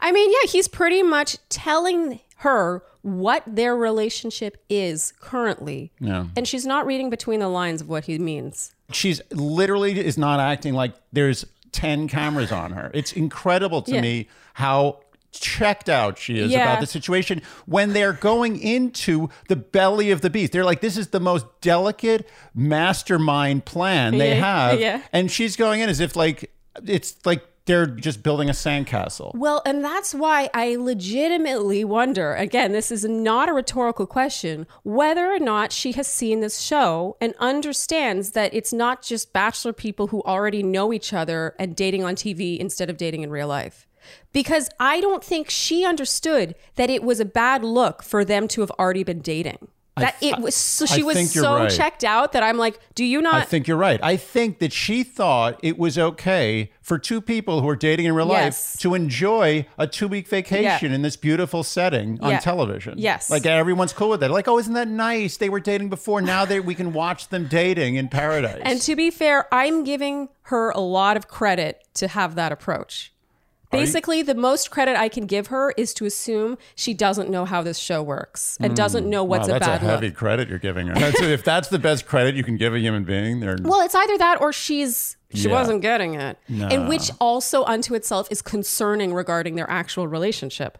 C: I mean, yeah, he's pretty much telling her what their relationship is currently.
A: Yeah.
C: And she's not reading between the lines of what he means.
A: She's literally is not acting like there's 10 cameras on her. It's incredible to
C: Yeah.
A: me how checked out she is
C: Yeah.
A: about the situation when they're going into the belly of the beast. They're like, this is the most delicate mastermind plan they
C: Yeah,
A: have.
C: yeah.
A: And she's going in as if like it's like they're just building a sandcastle.
C: Well, and that's why I legitimately wonder again, this is not a rhetorical question whether or not she has seen this show and understands that it's not just bachelor people who already know each other and dating on TV instead of dating in real life. Because I don't think she understood that it was a bad look for them to have already been dating. That
A: th-
C: it was so
A: I
C: she was
A: think you're
C: so
A: right.
C: checked out that I'm like, do you
A: I
C: not
A: think you're right. I think that she thought it was okay for two people who are dating in real
C: Yes.
A: life to enjoy a two week vacation in this beautiful setting
C: Yeah.
A: on television.
C: Yes.
A: Like everyone's cool with that. Like, oh, isn't that nice? They were dating before. Now they, we can watch them dating in paradise.
C: And to be fair, I'm giving her a lot of credit to have that approach.
A: you-
C: Basically, the most credit I can give her is to assume she doesn't know how this show works and doesn't know what's
A: Hmm. wow,
C: a
A: that's
C: bad
A: a heavy
C: look.
A: credit you're giving her. That's- if that's the best credit you can give a human being, they're
C: Well, it's either that or she's she
A: Yeah.
C: wasn't getting it. And which also unto itself is concerning regarding their actual relationship.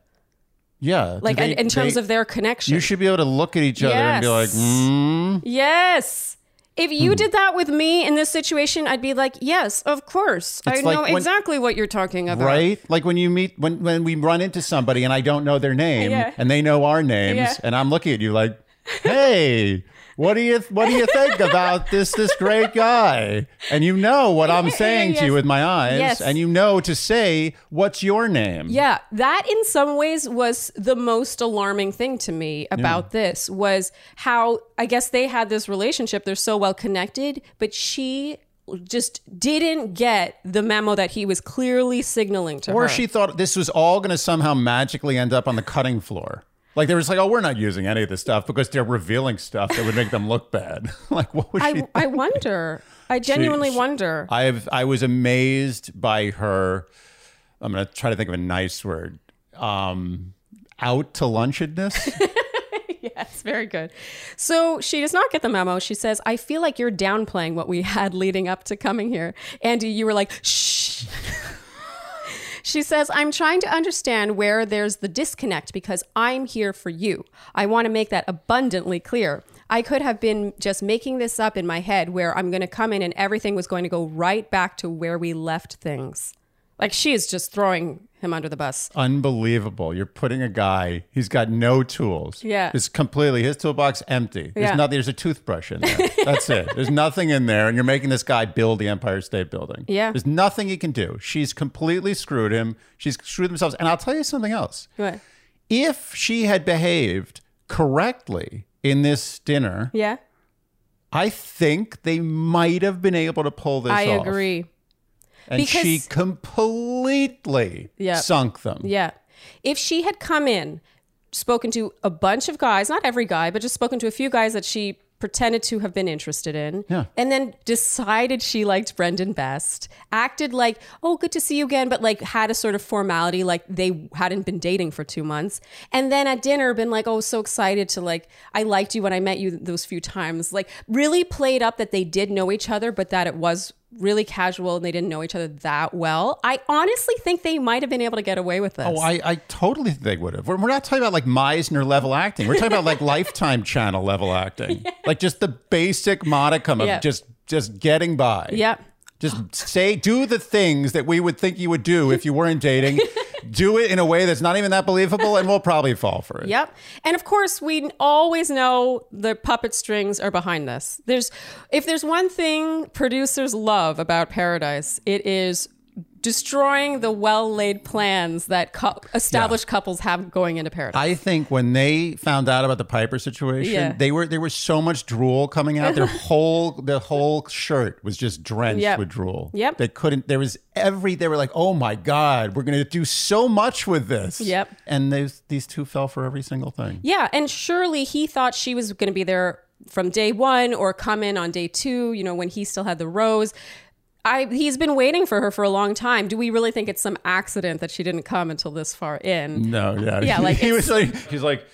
A: yeah. do
C: Like
A: they-
C: in, in terms
A: they-
C: of their connection.
A: you should be able to look at each other and be like, mm,
C: Yes. Yes. If
A: Hmm.
C: you did that with me in this situation, I'd be like, yes, of course. I
A: It's like
C: know
A: when-
C: exactly what you're talking about.
A: right? Like when you meet when when we run into somebody and I don't know their name
C: Yeah.
A: and they know our names
C: Yeah.
A: and I'm looking at you like, "Hey, what do you what do you think about this this great guy?" And you know what I'm
C: Yeah, yeah,
A: saying to you
C: yes.
A: with my eyes
C: Yes.
A: and you know to say, "What's your name?"
C: Yeah, that in some ways was the most alarming thing to me about this was how I guess they had this relationship. They're so well connected, but she just didn't get the memo that he was clearly signaling to
A: Or
C: her.
A: she thought this was all going to somehow magically end up on the cutting floor. Like they were just like, "Oh, we're not using any of this stuff because they're revealing stuff that would make them look bad." like what was she
C: I, I wonder. I genuinely wonder.
A: I have I was amazed by her. I'm gonna try to think of a nice word. Um, out to lunchedness.
C: Yes, very good. So she does not get the memo. She says, I feel like you're downplaying what we had leading up to coming here. Andy, you were like, shh. she says, I'm trying to understand where there's the disconnect because I'm here for you. I want to make that abundantly clear. I could have been just making this up in my head where I'm going to come in and everything was going to go right back to where we left things. Like she is just throwing him under the bus.
A: Unbelievable. You're putting a guy, he's got no tools.
C: Yeah.
A: It's completely his toolbox empty. There's
C: Yeah.
A: nothing there's a toothbrush in there. That's it. There's nothing in there. And you're making this guy build the Empire State Building.
C: Yeah.
A: There's nothing he can do. She's completely screwed him. She's screwed themselves. And I'll tell you something else.
C: What?
A: If she had behaved correctly in this dinner,
C: Yeah,
A: I think they might have been able to pull this
C: I
A: off.
C: agree.
A: And she
C: Because-
A: completely
C: Yeah.
A: sunk them.
C: Yeah. If she had come in, spoken to a bunch of guys, not every guy, but just spoken to a few guys that she pretended to have been interested in,
A: Yeah.
C: and then decided she liked Brendan best, acted like, oh, good to see you again, but like had a sort of formality, like they hadn't been dating for two months. And then at dinner, been like, oh, so excited to like, I liked you when I met you those few times. Like, really played up that they did know each other, but that it was really casual and they didn't know each other that well. I honestly think they might have been able to get away with this.
A: Oh, I, I totally think they would have. We're, we're not talking about like Meisner level acting. We're talking about like Lifetime Channel level acting. Like just the basic modicum of
C: Yeah.
A: just just getting by.
C: Yep.
A: Just say do the things that we would think you would do if you weren't dating. do it in a way that's not even that believable, and we'll probably fall for it.
C: Yep. And of course, we always know the puppet strings are behind this. There's if there's one thing producers love about Paradise, it is destroying the well-laid plans that cou- established couples have going into Paradise.
A: I think when they found out about the Piper situation,
C: Yeah.
A: they were there was so much drool coming out. Their whole the whole shirt was just drenched
C: Yep.
A: with drool.
C: Yep.
A: They couldn't there was every they were like, "Oh my god, we're going to do so much with this."
C: Yep.
A: And these these two fell for every single thing.
C: yeah, and surely he thought she was going to be there from day 1 or come in on day 2, you know, when he still had the rose. I, he's been waiting for her for a long time. Do we really think it's some accident that she didn't come until this far in?
A: No, yeah.
C: Yeah, like,
A: he
C: it's-
A: was like he's like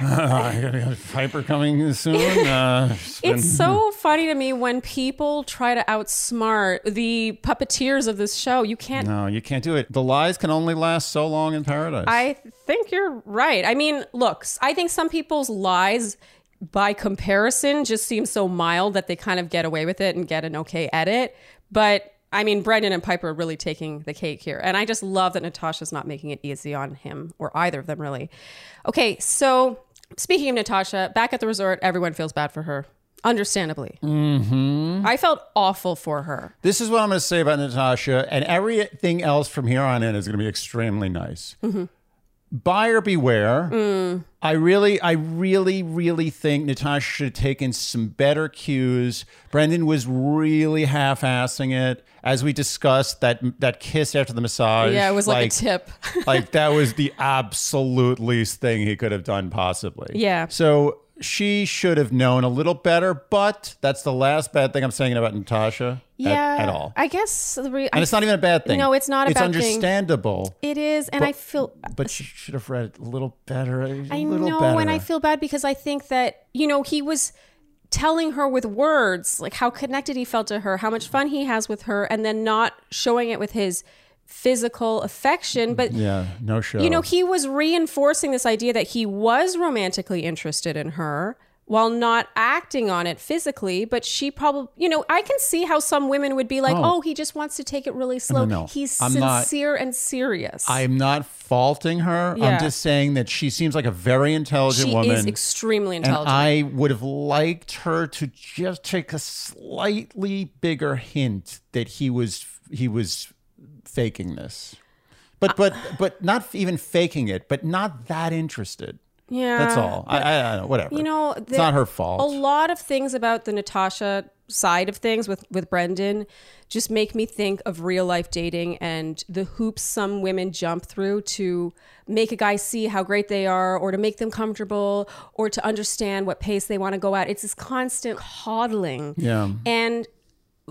A: "Uh, I got a Piper coming soon. Uh,
C: It's so funny to me when people try to outsmart the puppeteers of this show. You can't.
A: no, you can't do it. The lies can only last so long in paradise.
C: I think you're right. I mean, look, I think some people's lies by comparison just seem so mild that they kind of get away with it and get an okay edit. But I mean, Brendan and Piper are really taking the cake here. And I just love that Natasha's not making it easy on him or either of them, really. Okay, so speaking of Natasha, back at the resort, everyone feels bad for her, understandably. Mm-hmm. I felt awful for her.
A: This is what I'm going to say about Natasha, and everything else from here on in is going to be extremely nice.
C: Mm-hmm.
A: Buyer beware.
C: Mm.
A: I really, I really, really think Natasha should have taken some better cues. Brendan was really half-assing it, as we discussed that that kiss after the massage.
C: Yeah, it was like, a tip.
A: like that was the absolute least thing he could have done possibly.
C: Yeah.
A: So she should have known a little better, but that's the last bad thing I'm saying about Natasha at-
C: yeah.
A: at, all.
C: I guess the re-
A: and it's not even a bad thing.
C: No, it's not a
A: it's
C: bad thing.
A: understandable,
C: It is, and I feel
A: but she should have read it a little better. A
C: I
A: little
C: know,
A: better.
C: and I feel bad because I think that you know he was telling her with words like how connected he felt to her, how much fun he has with her, and then not showing it with his physical affection. But
A: yeah, no show.
C: you know, he was reinforcing this idea that he was romantically interested in her while not acting on it physically. But she probably, you know, I can see how some women would be like,
A: Oh.
C: "Oh, he just wants to take it really slow.
A: no.
C: He's
A: I'm not-
C: sincere and serious."
A: I'm not faulting her.
C: Yeah.
A: I'm just saying that she seems like a very intelligent
C: she
A: woman.
C: is extremely
A: and
C: intelligent.
A: I would have liked her to just take a slightly bigger hint that he was he was faking this. But but but not even faking it, but not that interested.
C: yeah,
A: That's all. I, I, I don't know, whatever.
C: Uh, You know,
A: it's not
C: there-
A: her fault.
C: A lot of things about the Natasha side of things with with Brendan just make me think of real life dating and the hoops some women jump through to make a guy see how great they are or to make them comfortable or to understand what pace they want to go at. It's this constant coddling.
A: Yeah.
C: And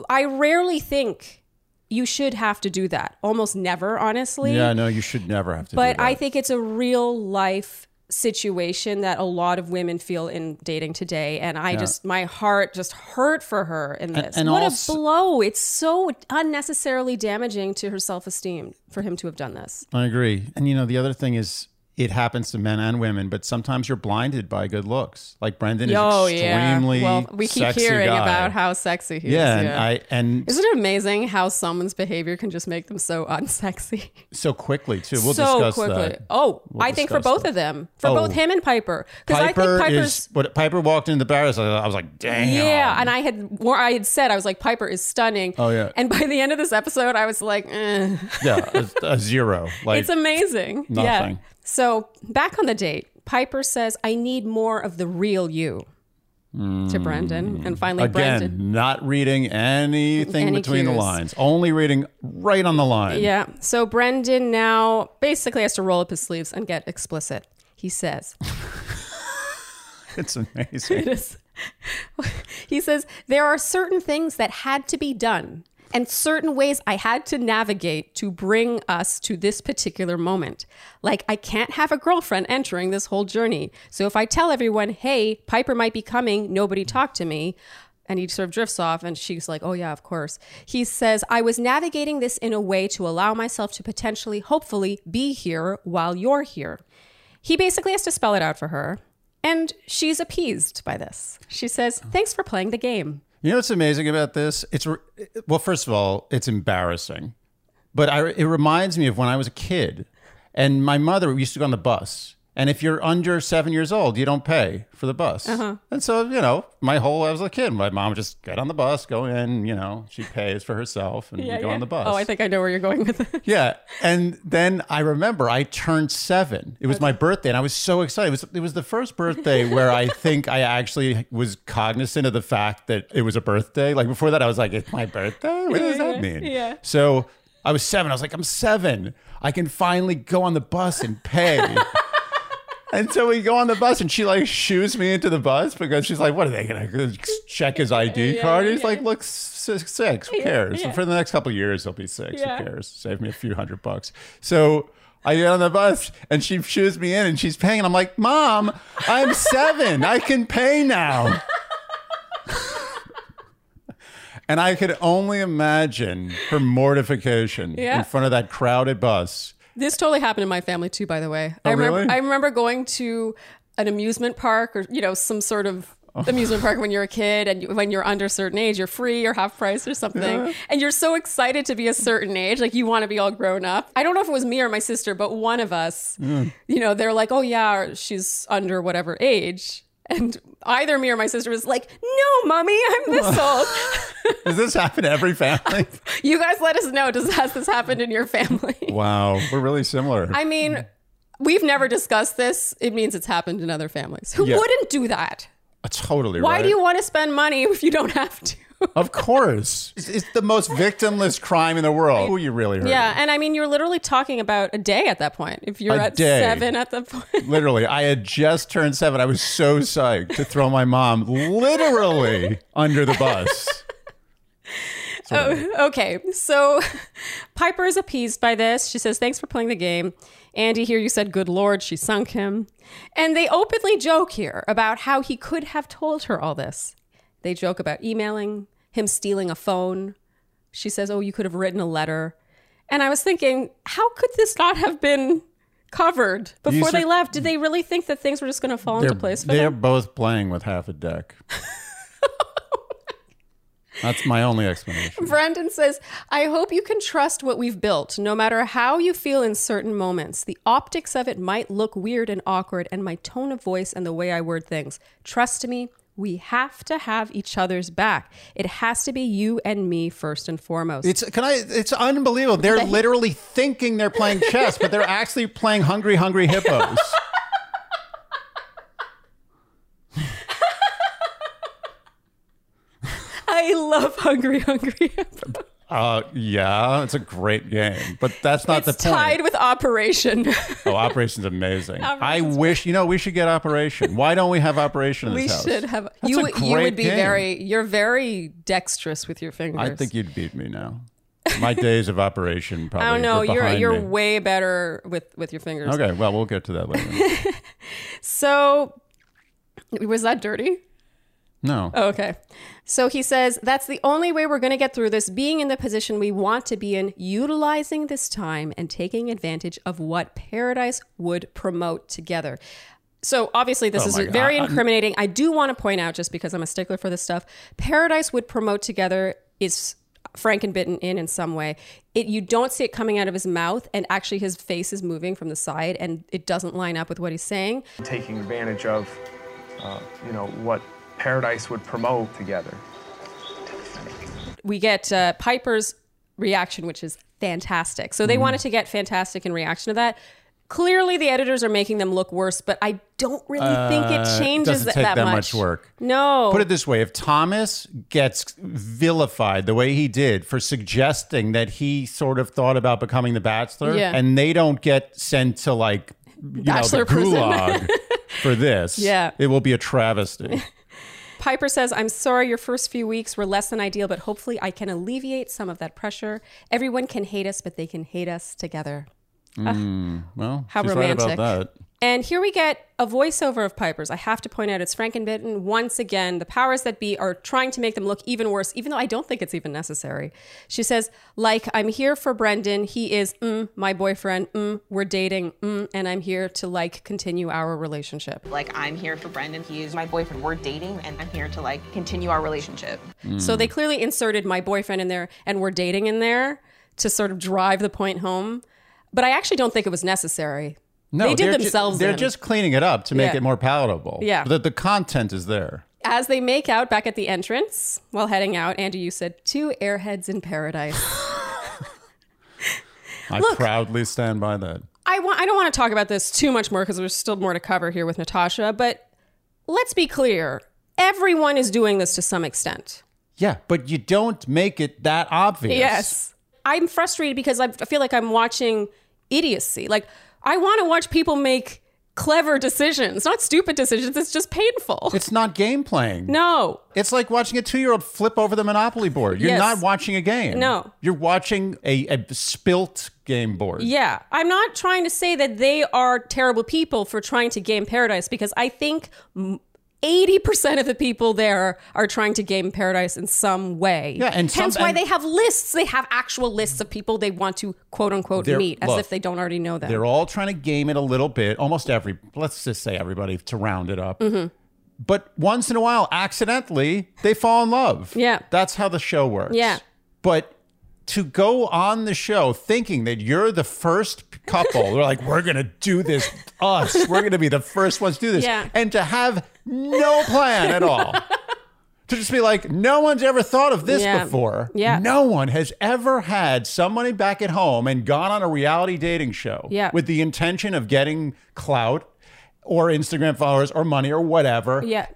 C: I rarely think you should have to do that. Almost never, honestly.
A: Yeah, no, you should never have to.
C: But
A: do
C: I
A: that.
C: think it's a real life situation that a lot of women feel in dating today. And I just, my heart just hurt for her in this.
A: and
C: what
A: also-
C: a blow. It's so unnecessarily damaging to her self esteem for him to have done this.
A: I agree. And you know, the other thing is it happens to men and women, but sometimes you're blinded by good looks. Like Brendan is extremely
C: Oh, Well, we keep
A: sexy
C: hearing
A: guy.
C: about how sexy he
A: yeah,
C: is.
A: and I and
C: Isn't it amazing how someone's behavior can just make them so unsexy?
A: so quickly too. We'll
C: so
A: discuss
C: quickly.
A: that.
C: Oh, I think for
A: discuss
C: both
A: that.
C: of them, for
A: Oh.
C: both him and Piper, because I think
A: Piper
C: Piper's
A: is what Piper walked into the bar. so I was like, damn.
C: Yeah, and I had more. I had said I was like Piper is stunning.
A: Oh, yeah.
C: And by the end of this episode, I was like, eh.
A: yeah, a, a zero. Like
C: it's amazing. Yeah.
A: nothing.
C: So back on the date, Piper says, "I need more of the real you." To Brendan, and finally
A: Hmm. again,
C: Brendan.
A: not reading anything
C: Any
A: between the
C: cues.
A: lines. Only reading right on the line.
C: Yeah. So Brendan now basically has to roll up his sleeves and get explicit. He says,
A: It's amazing.
C: It is. he says there are certain things that had to be done and certain ways I had to navigate to bring us to this particular moment. Like I can't have a girlfriend entering this whole journey. So if I tell everyone, "Hey, Piper might be coming," nobody talk to me. And he sort of drifts off, and she's like, Oh, yeah, of course. He says, I was navigating this in a way to allow myself to potentially, hopefully, be here while you're here. He basically has to spell it out for her, and she's appeased by this. She says, Thanks for playing the game.
A: You know what's amazing about this? It's re- well, first of all, it's embarrassing, but I, it reminds me of when I was a kid, and my mother we used to go on the bus. And if you're under seven years old, you don't pay for the bus.
C: Uh-huh.
A: And so, you know, my whole I was a kid, my mom would just get on the bus, go in, you know, she pays for herself, and we go on the bus.
C: Oh, I think I know where you're going with it.
A: Yeah, and then I remember I turned seven. It was my birthday, and I was so excited. It was it was the first birthday where I think I actually was cognizant of the fact that it was a birthday. Like before that, I was like, "It's my birthday. What does that mean?"
C: yeah.
A: So I was seven. I was like, "I'm seven. I can finally go on the bus and pay." And so we go on the bus, and she like shoos me into the bus because she's like, "What are they gonna check his ID card?" He's like, "Look, six, six. Who cares? For the next couple of years, he'll be six.
C: Yeah.
A: Who cares? Save me a few hundred bucks." So I get on the bus, and she shoos me in, and she's paying. And I'm like, "Mom, I'm seven. I can pay now." And I could only imagine her mortification
C: Yeah.
A: in front of that crowded bus.
C: This totally happened in my family too, by the way. I
A: Oh,
C: remember
A: really?
C: I remember going to an amusement park or you know some sort of
A: Oh.
C: amusement park when you're a kid and you, when you're under a certain age, you're free or half price or something. And you're so excited to be a certain age, like you want to be all grown up. I don't know if it was me or my sister, but one of us, you know, they're like, oh, yeah, or she's under whatever age. And either me or my sister was like, no, mommy, I'm this old.
A: Does this happen to every family?
C: You guys let us know. Does has this happened in your family?
A: wow, we're really similar.
C: I mean, we've never discussed this. It means it's happened in other families. Who
A: Yeah.
C: wouldn't do that?
A: totally.
C: Why
A: right.
C: do you want to spend money if you don't have to?
A: Of course, it's, it's the most victimless crime in the world. Who you really hurt?
C: Yeah, and I mean, you're literally talking about a day at that point. If you're
A: A
C: at
A: day.
C: seven at the point,
A: Literally, I had just turned seven. I was so psyched to throw my mom literally under the bus.
C: okay. So Piper is appeased by this. She says, "Thanks for playing the game, Andy." Here you said, "Good Lord, she sunk him," and they openly joke here about how he could have told her all this. They joke about emailing him, stealing a phone. She says, "Oh, you could have written a letter," and I was thinking, how could this not have been? Covered before
A: These are-
C: they left. Did they really think that things were just going to fall into place for them?
A: they're both playing with half a deck. That's my only explanation.
C: Brandon says, I hope you can trust what we've built, no matter how you feel in certain moments. The optics of it might look weird and awkward, and my tone of voice and the way I word things. Trust me, we have to have each other's back. It has to be you and me first and foremost.
A: It's can I? It's unbelievable. They're literally thinking they're playing chess, but they're actually playing Hungry Hungry Hippos.
C: I love Hungry Hungry. Hippo.
A: Uh, yeah, it's a great game, but that's not
C: It's
A: the point.
C: tied with Operation.
A: Oh, Operation's amazing. I
C: Operation's
A: wish, you know, we should get Operation. Why don't we have Operation in
C: we
A: this house?
C: should have.
A: That's
C: you
A: a
C: would- you
A: great
C: would be
A: game.
C: very. You're very dexterous with your fingers.
A: I think you'd beat me now. My days of Operation probably.
C: I don't know.
A: were
C: You're
A: behind
C: you're
A: me.
C: way better with with your fingers.
A: Okay, well, we'll get to that later.
C: So, was that dirty? Oh,
A: No.
C: Okay. So he says, that's the only way we're going to get through this, being in the position we want to be in, utilizing this time and taking advantage of what paradise would promote together. So obviously, this
A: Oh
C: is
A: my God.
C: very incriminating. I do want to point out, just because I'm a stickler for this stuff, paradise would promote together is frankenbitten in in some way. It you don't see it coming out of his mouth, and actually his face is moving from the side, and it doesn't line up with what he's saying.
D: taking advantage of, uh, you know, what paradise would promote together.
C: we get uh, Piper's reaction, which is fantastic.
A: Mm.
C: So they wanted to get fantastic in reaction to that. Clearly, the editors are making them look worse, but I don't really think
A: Uh,
C: it
A: doesn't
C: changes that,
A: take
C: that,
A: that much
C: much.
A: work.
C: No.
A: Put it this way: If Thomas gets vilified the way he did for suggesting that he sort of thought about becoming the Bachelor,
C: Yeah.
A: and they don't get sent to like you
C: Bachelor
A: know, the
C: prison.
A: gulag for this,
C: Yeah.
A: it will be a travesty.
C: Piper says, I'm sorry your first few weeks were less than ideal, but hopefully I can alleviate some of that pressure. Everyone can hate us, but they can hate us together.
A: Well,
C: How
A: she's right
C: romantic.
A: about that.
C: And here we get a voiceover of Piper's. I have to point out it's Frankenbitten. Once again, the powers that be are trying to make them look even worse, even though I don't think it's even necessary. She says, like, I'm here for Brendan. He is mm, my boyfriend. Mm, we're dating. Mm, and I'm here to, like, continue our relationship.
E: Like, I'm here for Brendan. He is my boyfriend. We're dating, and I'm here to like continue our relationship.
C: So they clearly inserted my boyfriend in there and we're dating in there to sort of drive the point home. But I actually don't think it was necessary.
A: No,
C: They did
A: they're ju-
C: themselves
A: they're
C: in.
A: just cleaning it up to make
C: Yeah.
A: it more palatable.
C: Yeah.
A: the, the content is there.
C: As they make out back at the entrance while heading out, Andy, you said, two airheads in paradise.
A: I proudly stand by that.
C: I want I don't want to talk about this too much more because there's still more to cover here with Natasha, but let's be clear. Everyone is doing this to some extent.
A: Yeah, but you don't make it that obvious.
C: I'm frustrated because I I feel like I'm watching idiocy. Like I want to watch people make clever decisions, not stupid decisions. It's just painful.
A: It's not game playing.
C: no.
A: It's like watching a two year old flip over the Monopoly board. You're
C: Yes.
A: not watching a game.
C: No.
A: You're watching a, a spilt game board.
C: Yeah, I'm not trying to say that they are terrible people for trying to game paradise because I think m- 80% of the people there are trying to game paradise in some way.
A: Yeah, and some-
C: hence why
A: and-
C: they have lists. They have actual lists of people they want to quote unquote
A: They're-
C: meet as
A: look,
C: if they don't already know them. Mm-hmm.
A: They're all trying to game it a little bit. Almost every, let's just say everybody to round it up. But once in a while, accidentally, they fall in love.
C: Yeah.
A: That's how the show works.
C: Yeah.
A: But to go on the show thinking that you're the first couple, they're like, we're going to do this, us. We're going to be the first ones to do this.
C: Yeah.
A: And to have no plan at all. To just be like, no one's ever thought of this
C: Yeah.
A: before.
C: Yeah.
A: No one has ever had somebody back at home and gone on a reality dating show
C: Yeah.
A: with the intention of getting clout or Instagram followers or money or whatever.
C: Yeah.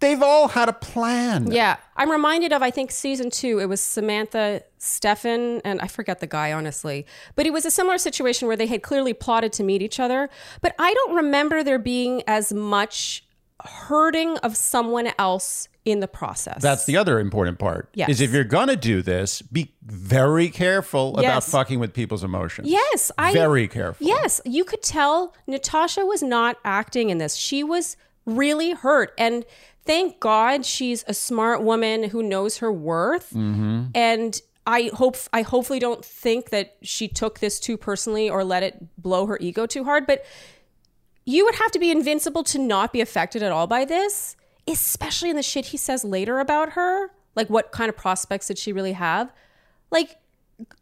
A: They've all had a plan.
C: Yeah. I'm reminded of, I think, season two. It was Samantha Stefan, and I forget the guy, honestly. But it was a similar situation where they had clearly plotted to meet each other. But I don't remember there being as much hurting of someone else in the process.
A: That's the other important part.
C: Yes.
A: Is if you're going to do this, be very careful about
C: Yes.
A: fucking with people's emotions.
C: Yes, I
A: Very careful.
C: Yes, you could tell Natasha was not acting in this. She was really hurt and thank God she's a smart woman who knows her worth.
A: Mm-hmm.
C: And I hope I hopefully don't think that she took this too personally or let it blow her ego too hard, but you would have to be invincible to not be affected at all by this, especially in the shit he says later about her. Like what kind of prospects did she really have? Like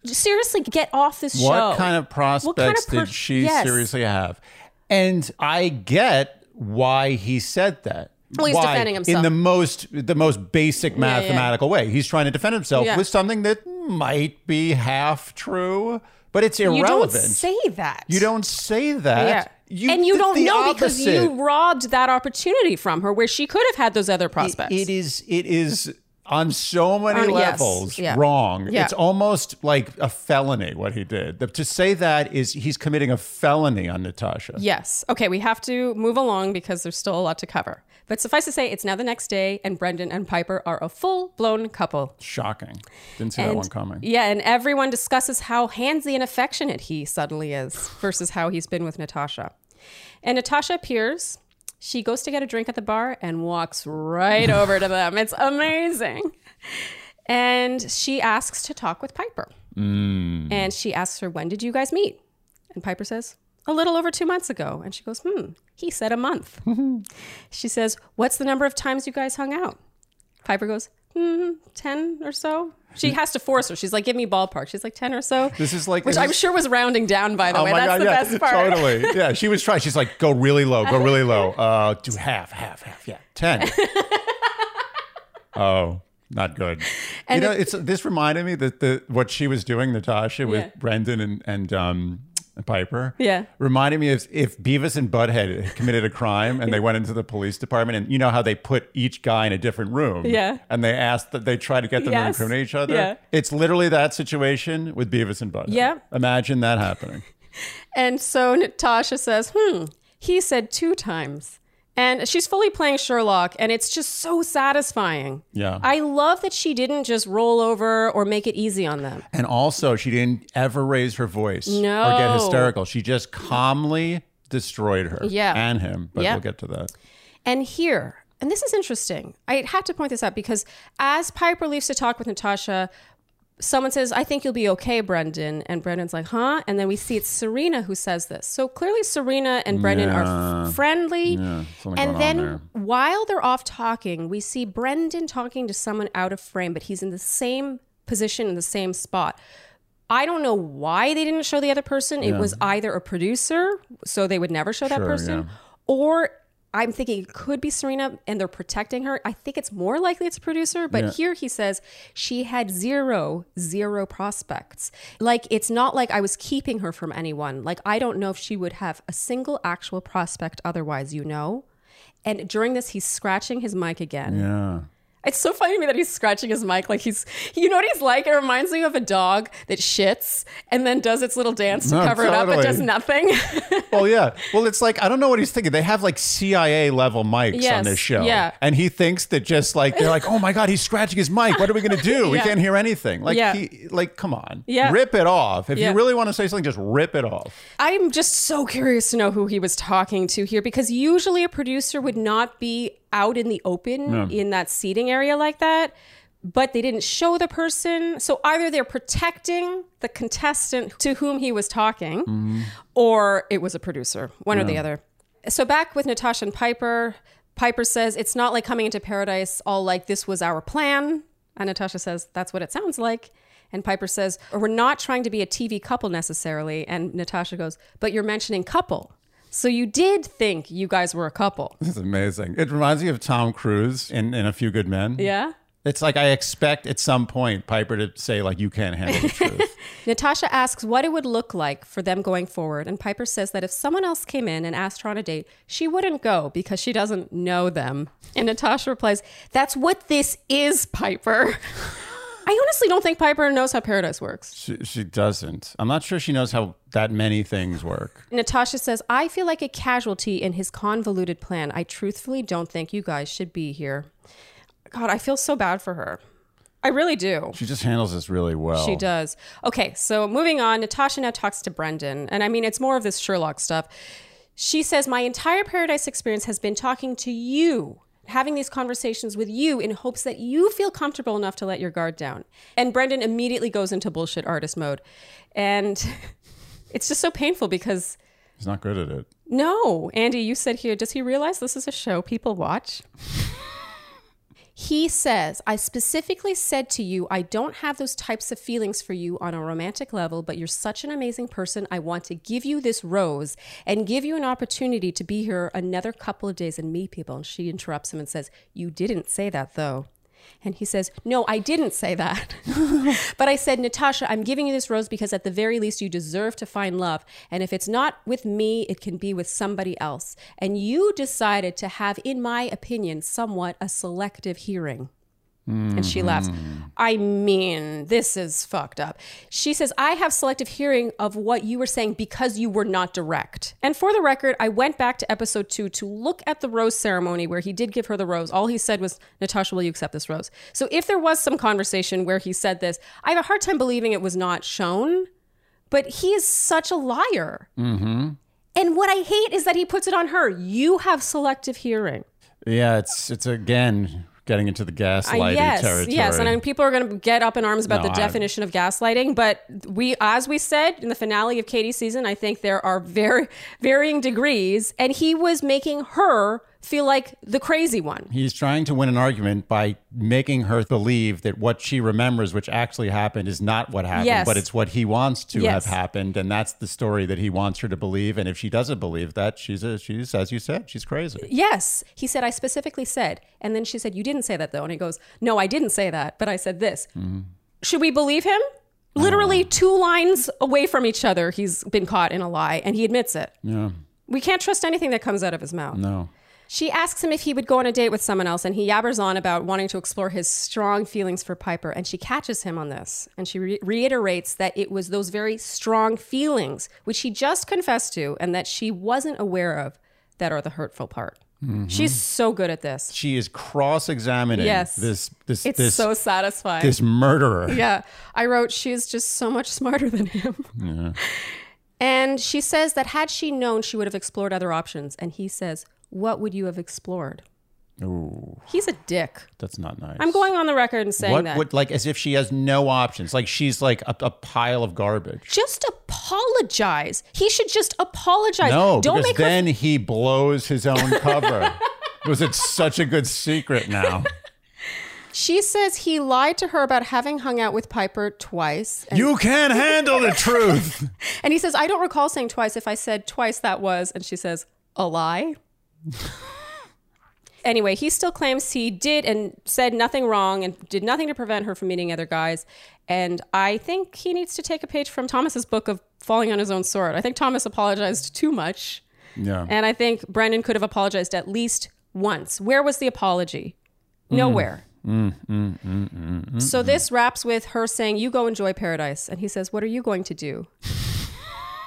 C: seriously get off this show.
A: What kind of prospects
C: per-
A: did she
C: Yes.
A: seriously have? And I get why he said that.
C: Well, he's
A: Why?
C: defending himself.
A: in the most the most basic mathematical way. He's trying to defend himself
C: Yeah.
A: with something that might be half true, but it's irrelevant.
C: You don't say that.
A: You don't say that.
C: Yeah. and you
A: the-
C: don't
A: the
C: know because
A: opposite.
C: you robbed that opportunity from her where she could have had those other prospects.
A: It is. It is on so many
C: On- yes,
A: levels
C: yeah.
A: wrong.
C: Yeah.
A: It's almost like a felony what he did. The- to say that is he's committing a felony on Natasha.
C: Yes. Okay, we have to move along because there's still a lot to cover. But suffice to say, it's now the next day, and Brendan and Piper are a full blown couple.
A: Shocking. Didn't see that
C: And-
A: one coming.
C: Yeah, and everyone discusses how handsy and affectionate he suddenly is versus how he's been with Natasha. And Natasha appears. She goes to get a drink at the bar and walks right over to them. It's amazing. And she asks to talk with Piper. And she asks her, When did you guys meet? And Piper says, A little over two months ago. And she goes, Hmm, he said a month. she says, What's the number of times you guys hung out? Piper goes, Hmm, 10 or so. She has to force her. She's like, Give me ballpark. She's like, 10 or so.
A: This is like-
C: which
A: this
C: I'm
A: is-
C: sure was rounding down, by the way. That's the
A: Oh yeah,
C: best part.
A: totally. Yeah, she was trying. She's like, go really low, go really low. Uh, do half, half, half. Yeah, ten. oh, not good.
C: And
A: you know,
C: it-
A: it's this reminded me that the what she was doing, Natasha, with
C: Yeah.
A: Brendan and and um, Piper.
C: Yeah.
A: reminded me of if Beavis and Butthead had committed a crime and they went into the police department, and you know how they put each guy in a different room.
C: Yeah.
A: and they asked that they try to get them to
C: Yes.
A: incriminate each other.
C: Yeah.
A: It's literally that situation with Beavis and Butthead.
C: Yeah.
A: imagine that happening.
C: And so Natasha says, hmm, he said two times. And she's fully playing Sherlock, and it's just so satisfying.
A: Yeah.
C: I love that she didn't just roll over or make it easy on them.
A: And also, she didn't ever raise her voice or get
C: No.
A: hysterical. She just calmly destroyed her
C: Yeah.
A: and him. But
C: Yeah.
A: we'll get to that.
C: And here, and this is interesting, I had to point this out because as Piper leaves to talk with Natasha, someone says, I think you'll be okay, Brendan. And Brendan's like, huh? And then we see it's Serena who says this. So clearly, Serena and Brendan are
A: Yeah.
C: f- friendly.
A: Yeah, something
C: and
A: going
C: then
A: on there.
C: while they're off talking, we see Brendan talking to someone out of frame, but he's in the same position in the same spot. I don't know why they didn't show the other person. It was either a producer, so they would never show that
A: Sure,
C: person,
A: yeah.
C: or I'm thinking it could be Serena and they're protecting her. I think it's more likely it's a producer, but
A: Yeah.
C: here he says she had zero, zero prospects. Like it's not like I was keeping her from anyone. Like I don't know if she would have a single actual prospect otherwise, you know? And during this, he's scratching his mic again.
A: Yeah.
C: It's so funny to me that he's scratching his mic like he's, you know what he's like? It reminds me of a dog that shits and then does its little dance to
A: No,
C: cover it up but
A: totally.
C: does nothing.
A: Well, yeah. Well, it's like, I don't know what he's thinking. They have like CIA level mics on
C: Yes,
A: this show.
C: yeah.
A: And he thinks that just like, they're like, oh my God, he's scratching his mic. What are we going to do? We
C: Yeah.
A: can't hear anything. Like,
C: Yeah.
A: he, like, come on.
C: Yeah.
A: Rip it off. If
C: Yeah.
A: you really want to say something, just rip it off.
C: I'm just so curious to know who he was talking to here because usually a producer would not be out in the open in that seating area like that, but they didn't show the person. So either they're protecting the contestant to whom he was talking or it was a producer, one or the other. So back with Natasha and Piper, Piper says, It's not like coming into paradise all like this was our plan. And Natasha says, That's what it sounds like. And Piper says, We're not trying to be a TV couple necessarily. And Natasha goes, But you're mentioning couple. So you did think you guys were a couple.
A: This is amazing. It reminds me of Tom Cruise in, in A Few Good Men.
C: Yeah?
A: It's like I expect at some point Piper to say, like, you can't handle the truth.
C: Natasha asks what it would look like for them going forward, and Piper says that if someone else came in and asked her on a date, she wouldn't go because she doesn't know them. And Natasha replies, That's what this is, Piper. I honestly don't think Piper knows how paradise works.
A: she, she doesn't. I'm not sure she knows how that many things work.
C: Natasha says, I feel like a casualty in his convoluted plan. I truthfully don't think you guys should be here. God, I feel so bad for her. I really do.
A: She just handles this really well.
C: She does. Okay, so moving on, Natasha now talks to Brendan. And I mean, it's more of this Sherlock stuff. She says, My entire paradise experience has been talking to you, having these conversations with you in hopes that you feel comfortable enough to let your guard down. And Brendan immediately goes into bullshit artist mode. And it's just so painful because,
A: She's not good at it.
C: no, Andy, you said here, does he realize this is a show people watch? He says, I specifically said to you, I don't have those types of feelings for you on a romantic level, but you're such an amazing person. I want to give you this rose and give you an opportunity to be here another couple of days and meet people. And she interrupts him and says, You didn't say that though. And he says, No, I didn't say that. but I said, Natasha, I'm giving you this rose because at the very least you deserve to find love. And if it's not with me, it can be with somebody else. And you decided to have, in my opinion, somewhat a selective hearing. And she laughs. I mean, this is fucked up. She says, I have selective hearing of what you were saying because you were not direct. And for the record, I went back to episode two to look at the rose ceremony where he did give her the rose. All he said was, Natasha, will you accept this rose? So if there was some conversation where he said this, I have a hard time believing it was not shown, but he is such a liar. And what I hate is that he puts it on her. You have selective hearing.
A: Yeah, it's it's again getting into the
C: Uh,
A: gaslighting
C: yes,
A: territory.
C: yes, and I mean, people are going to get up in arms about
A: No,
C: the
A: I-
C: definition of gaslighting. But we, as we said in the finale of Katie's season, I think there are very varying degrees, and he was making her feel like the crazy one.
A: He's trying to win an argument by making her believe that what she remembers, which actually happened, is not what happened,
C: Yes.
A: but it's what he wants to
C: Yes.
A: have happened, and that's the story that he wants her to believe. And if she doesn't believe that, she's a, she's as you said, she's crazy.
C: Yes, he said. I specifically said, and then she said, "You didn't say that though." And he goes, "No, I didn't say that, but I said this."
A: Mm-hmm.
C: Should we believe him? Literally two lines away from each other, he's been caught in a lie, and he admits it.
A: Yeah,
C: We can't trust anything that comes out of his mouth.
A: no.
C: She asks him if he would go on a date with someone else, and he yabbers on about wanting to explore his strong feelings for Piper. And she catches him on this, and she re- reiterates that it was those very strong feelings, which he just confessed to and that she wasn't aware of, that are the hurtful part.
A: Mm-hmm.
C: She's so good at this.
A: She is cross-examining
C: Yes.
A: this this
C: It's
A: this
C: so satisfying.
A: this murderer.
C: Yeah. I wrote, she's just so much smarter than him. And she says that had she known, she would have explored other options. And he says, What would you have explored?
A: Ooh,
C: He's a dick.
A: that's not nice.
C: I'm going on the record and saying
A: What
C: that.
A: would like as if she has no options? Like she's like a, a pile of garbage.
C: just apologize. He should just apologize.
A: No,
C: don't
A: because
C: make her.
A: then he blows his own cover. Because it's such a good secret now.
C: She says he lied to her about having hung out with Piper twice, and,
A: you can't handle the truth.
C: and he says I don't recall saying twice. If I said twice, that was, and she says a lie. anyway, he still claims he did and said nothing wrong and did nothing to prevent her from meeting other guys. And I think he needs to take a page from Thomas's book of falling on his own sword. I think Thomas apologized too much.
A: Yeah.
C: And I think Brendan could have apologized at least once. Where was the apology? Nowhere. so this wraps with her saying, You go enjoy paradise. And he says, What are you going to do?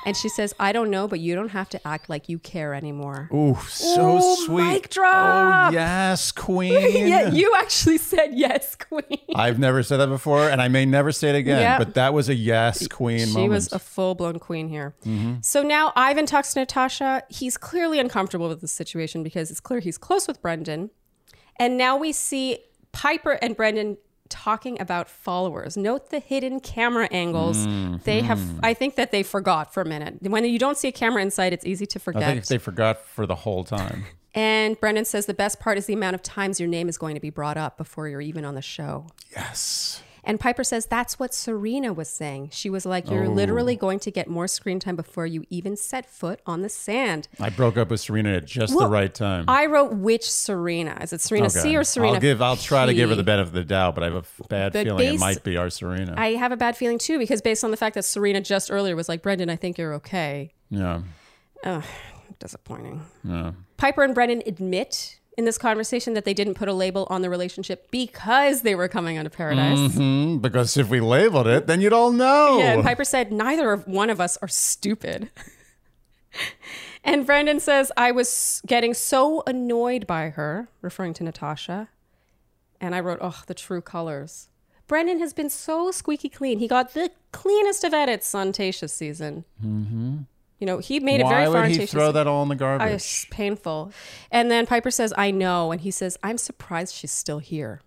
C: and she says, I don't know, but you don't have to act like you care anymore.
A: Ooh, so
C: Ooh,
A: sweet.
C: mic drop.
A: Oh, yes, queen.
C: Yeah, you actually said yes, Queen.
A: I've never said that before, and I may never say it again,
C: Yep.
A: but that was a yes, queen
C: She
A: moment. Mm-hmm.
C: was a full blown queen here. So now Ivan talks to Natasha. He's clearly uncomfortable with the situation because it's clear he's close with Brendan. And now we see Piper and Brendan talking about followers. Note the hidden camera angles.
A: Mm-hmm.
C: They have, I think that they forgot for a minute. When you don't see a camera inside, it's easy to
A: I
C: forget.
A: think they forgot for the whole time.
C: And Brendan says the best part is the amount of times your name is going to be brought up before you're even on the show.
A: Yes.
C: And Piper says that's what Serena was saying. She was like,
A: Oh.
C: You're literally going to get more screen time before you even set foot on the sand.
A: I broke up with Serena at just the
C: Well,
A: right time.
C: I wrote which Serena. Is it Serena
A: Okay.
C: C or Serena?
A: I'll give. I'll try to give her
C: P?
A: the benefit of the doubt, but I have a f- bad
C: The
A: feeling it
C: base-
A: might be our Serena.
C: I have a bad feeling too because based on the fact that Serena just earlier was like, Brendan, I think you're okay.
A: yeah.
C: Disappointing.
A: Yeah.
C: Piper and Brendan admit in this conversation that they didn't put a label on the relationship because they were coming out of paradise.
A: Mm, because if we labeled it, then you'd all know.
C: Yeah, and Piper said, neither of one of us are stupid. and Brendan says, I was getting so annoyed by her, referring to Natasha. And I wrote, oh, the true colors. Brendan has been so squeaky clean. He got the cleanest of edits on Tasha's season. Mm-hmm. You know, he made it very
A: Why
C: far
A: would
C: on
A: he
C: Tasha's
A: throw that all in the
C: Oh,
A: garbage?
C: It's painful. And then Piper says, I know. And he says, I'm surprised she's still here.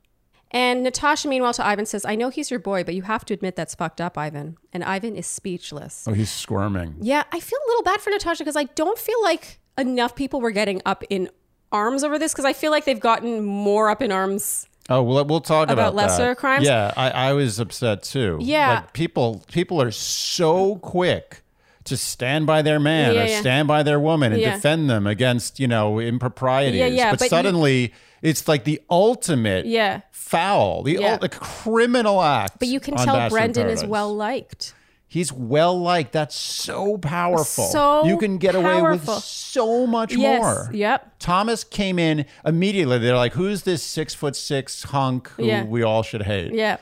C: And Natasha, meanwhile, to Ivan says, I know he's your boy, but you have to admit that's fucked up, Ivan. And Ivan is speechless.
A: oh, he's squirming.
C: Yeah, I feel a little bad for Natasha because I don't feel like enough people were getting up in arms over this because I feel like they've gotten more up in arms.
A: Oh, well, we'll talk about,
C: About lesser
A: that.
C: crimes?
A: Yeah, I, I was upset too.
C: Yeah.
A: like people people are so quick to stand by their man
C: Yeah,
A: or
C: yeah.
A: stand by their woman and
C: Yeah.
A: defend them against you know improprieties.
C: Yeah, yeah,
A: but,
C: but you-
A: suddenly it's like the ultimate
C: Yeah.
A: foul, the
C: Yeah.
A: ul- the criminal act.
C: But you can
A: on
C: tell
A: Bachelor in
C: Brendan is
A: Paradise.
C: well liked.
A: He's well liked. That's so powerful.
C: So
A: you can get away with
C: powerful.
A: so much
C: Yes,
A: more.
C: yep.
A: Thomas came in immediately. They're like, "Who's this six foot six hunk who
C: Yeah.
A: we all should hate?"
C: Yeah.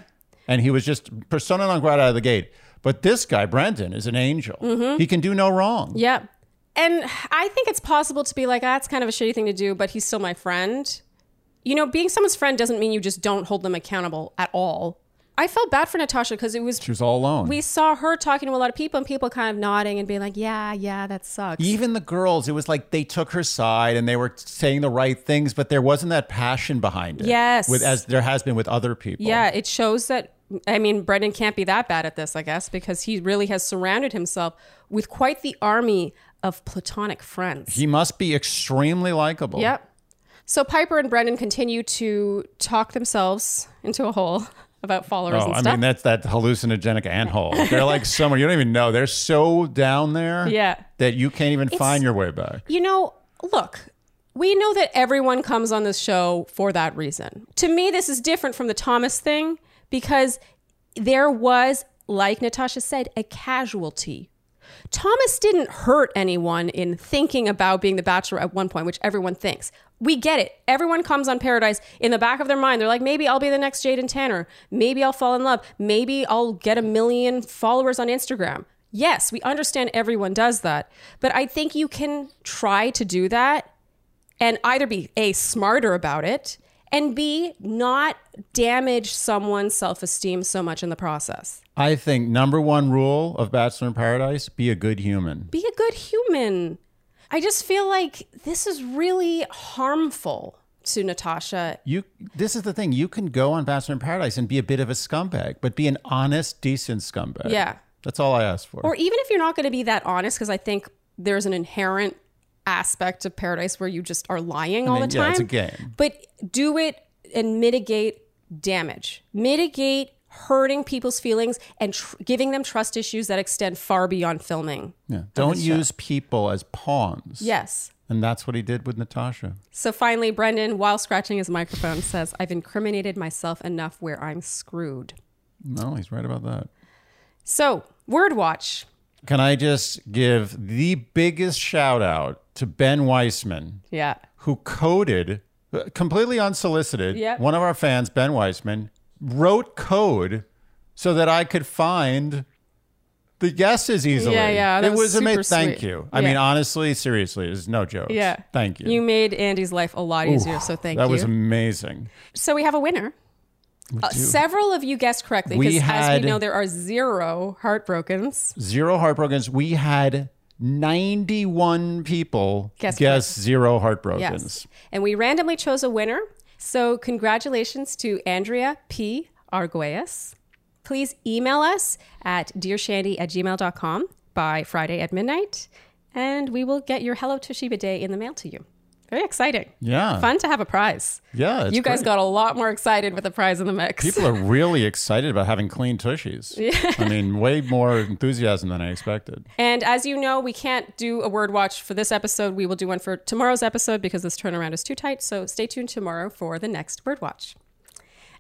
A: And he was just persona non grata out of the gate. But this guy, Brendan, is an angel. He can do no wrong.
C: Mm-hmm. Yeah. And I think it's possible to be like, ah, that's kind of a shitty thing to do, but he's still my friend. You know, being someone's friend doesn't mean you just don't hold them accountable at all. I felt bad for Natasha because it was,
A: She was all alone.
C: we saw her talking to a lot of people and people kind of nodding and being like, yeah, yeah, that sucks.
A: Even the girls, it was like they took her side and they were saying the right things, but there wasn't that passion behind it.
C: Yes.
A: With, as there has been with other people.
C: Yeah, it shows that. I mean, Brendan can't be that bad at this, I guess, because he really has surrounded himself with quite the army of platonic friends.
A: He must be extremely likable.
C: Yep. So Piper and Brendan continue to talk themselves into a hole about followers
A: Oh,
C: and
A: I
C: stuff.
A: mean that's that hallucinogenic anthole. They're like somewhere you don't even know. They're so down there,
C: Yeah.
A: that you can't even find your way back.
C: you know, look, we know that everyone comes on this show for that reason. To me, this is different from the Thomas thing because there was, like Natasha said, a casualty. Thomas didn't hurt anyone in thinking about being the bachelor at one point, which everyone thinks. We get it. Everyone comes on Paradise in the back of their mind. They're like, maybe I'll be the next Jaden Tanner. Maybe I'll fall in love. Maybe I'll get a million followers on Instagram. Yes, we understand everyone does that. But I think you can try to do that and either be A, smarter about it, and B, not damage someone's self esteem so much in the process.
A: I think number one rule of Bachelor in Paradise: be a good human.
C: be a good human. I just feel like this is really harmful to Natasha.
A: You. This is the thing. You can go on Bachelor in Paradise and be a bit of a scumbag, but be an honest, decent scumbag.
C: Yeah.
A: that's all I ask for.
C: Or even if you're not going to be that honest, because I think there's an inherent aspect of paradise where you just are lying all
A: mean,
C: the time.
A: yeah, it's a game.
C: But do it and mitigate damage, mitigate hurting people's feelings and tr- giving them trust issues that extend far beyond filming.
A: yeah. Don't use people as pawns.
C: Yes.
A: and that's what he did with Natasha.
C: So finally, Brendan, while scratching his microphone, says, I've incriminated myself enough where I'm screwed.
A: No, he's right about that.
C: So, Word Watch.
A: Can I just give the biggest shout out to Ben Weissman,
C: Yeah.
A: who coded uh, completely unsolicited?
C: Yep.
A: One of our fans, Ben Weissman, wrote code so that I could find the guesses easily.
C: Yeah, yeah, that
A: it
C: was
A: was amazing.
C: super
A: Thank
C: sweet.
A: you. I
C: Yeah.
A: mean, honestly, seriously, it's no joke.
C: Yeah.
A: Thank you.
C: You made Andy's life a lot easier, so thank
A: that
C: you.
A: was amazing.
C: so we have a winner. Uh, several of you guessed correctly
A: We
C: because, as
A: had-
C: we know, there are zero heartbrokens.
A: Zero heartbrokens. We had 91 people
C: Guess
A: guess zero heartbrokens.
C: Yes. And we randomly chose a winner. So, congratulations to Andrea P. Arguelles. Please email us at dearshandy at gmail.com by Friday at midnight, and we will get your Hello Toshiba Day in the mail to you. Very exciting.
A: Yeah.
C: Fun to have a prize.
A: Yeah, it's
C: you guys
A: great.
C: got a lot more excited with the prize in the mix.
A: People are really excited about having clean tushies. I mean, way more enthusiasm than I expected.
C: And as you know, we can't do a word watch for this episode. We will do one for tomorrow's episode because this turnaround is too tight. So stay tuned tomorrow for the next word watch.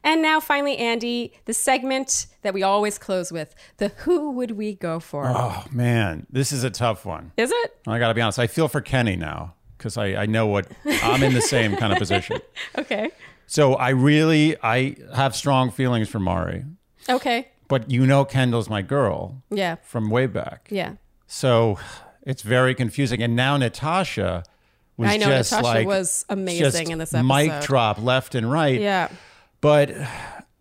C: And now, finally, Andy, the segment that we always close with the who would we go for?
A: Oh, man, this is a tough one.
C: Is it?
A: I got to be honest. I feel for Kenny now because I, I know what I'm in the same kind of position.
C: Okay.
A: So I really I have strong feelings for Mari,
C: Okay.
A: but you know Kendall's my girl
C: Yeah.
A: from way back.
C: Yeah.
A: So it's very confusing. And now Natasha was
C: I know
A: just
C: Natasha
A: like
C: was amazing
A: just
C: in this
A: mic
C: episode.
A: drop left and right.
C: Yeah.
A: But